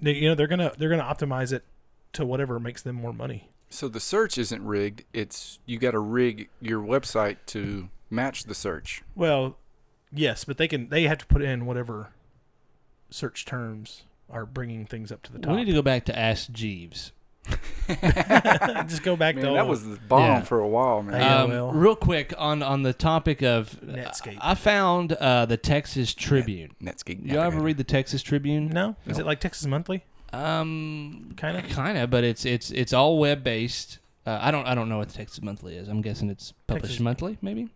F: they, you know, they're gonna they're gonna optimize it to whatever makes them more money.
G: So the search isn't rigged. It's you got to rig your website to match the search.
F: Well, yes, but they can they have to put in whatever search terms are bringing things up to the
E: We
F: top.
E: need to go back to Ask Jeeves.
F: Just go back to
G: Man, that
F: old-
G: was the bomb
E: Yeah.
G: for a while, man.
F: Yeah,
E: Um,
F: well.
E: real quick on on the topic of uh,
F: Netscape.
E: I found uh, the Texas Tribune.
G: Netscape.
E: Y'all ever read the Texas Tribune?
F: no. Is it like Texas Monthly?
E: Um,
F: Kind of.
E: kind of, but it's it's it's all web based. Uh, I don't I don't know what Texas Monthly is. I'm guessing it's published
F: Texas-
E: monthly, maybe.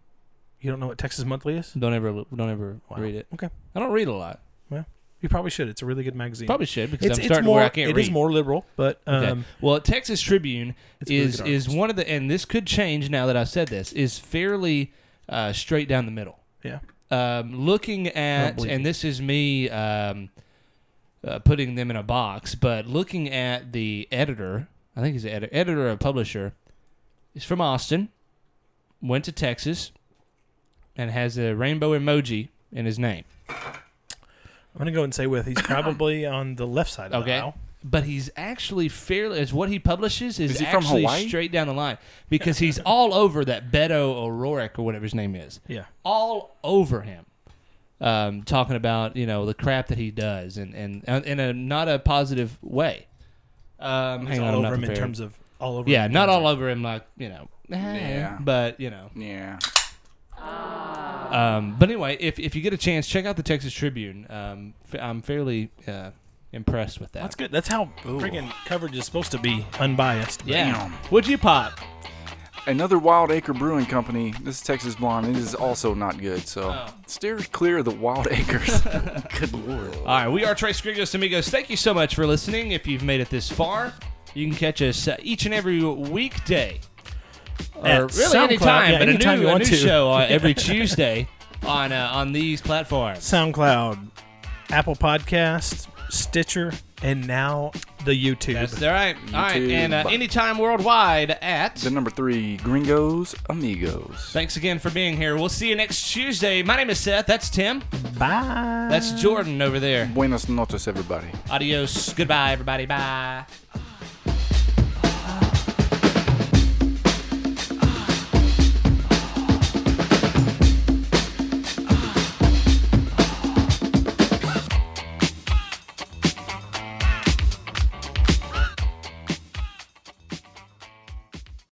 F: You don't know what Texas Monthly is?
E: Don't ever don't ever
F: Wow.
E: read it.
F: Okay.
E: I don't read a lot.
F: Well, you probably should. It's a really good magazine.
E: Probably should because
F: it's,
E: I'm
F: it's
E: starting
F: more.
E: where I can't
F: it
E: read.
F: is more liberal, but
E: Okay.
F: um,
E: well, Texas Tribune
F: It's really
E: is
F: good
E: is
F: articles.
E: one of the, and this could change now that I've said this, is fairly uh, straight down the middle.
F: yeah.
E: Um, looking at,
F: believe
E: and
F: you.
E: this is me um, uh, putting them in a box, but looking at the editor, I think he's the editor, editor or publisher, is from Austin, went to Texas, and has a rainbow emoji in his name.
F: I'm gonna go and say with he's probably on the left side of the
E: Okay.
F: aisle.
E: But he's actually fairly as what he publishes is,
G: Is he from
E: actually
G: Hawaii?
E: straight down the line because he's all over that Beto O'Rourke or whatever his name is,
F: Yeah.
E: all over him, um, talking about you know the crap that he does and and, and in a not a positive way. Um,
F: He's
E: hang on,
F: all
E: I'm
F: over
E: not
F: him in
E: prepared.
F: terms of all over.
E: yeah,
F: him in
E: not
F: terms
E: all over him like you know, eh,
G: Yeah.
E: but you know.
G: Yeah.
E: Um, but anyway, if if you get a chance, check out the Texas Tribune. Um, f- I'm fairly uh, impressed with that.
F: That's good. That's how friggin' coverage is supposed to be unbiased.
E: Yeah.
G: Damn.
E: Would you pop?
G: Another Wild Acre Brewing Company. This is Texas Blonde. It is also not good. So steer clear of the Wild Acres. good lord.
E: All right, we are Trace Grigos Amigos. Thank you so much for listening. If you've made it this far, you can catch us uh, each and every weekday.
F: At
E: or really any
F: SoundCloud.
E: time,
F: Yeah,
E: but a
F: anytime
E: new,
F: you
E: a
F: want
E: new
F: to.
E: show uh, every Tuesday on uh, on these platforms.
F: SoundCloud, Apple Podcasts, Stitcher, and now the YouTube.
E: That's all right. All right,
G: YouTube.
E: and uh, anytime worldwide at.
G: The number three, Gringos Amigos.
E: Thanks again for being here. We'll see you next Tuesday. My name is Seth. That's Tim.
F: Bye.
E: That's Jordan over there.
G: Buenas noches, everybody.
E: Adios. Goodbye, everybody. Bye.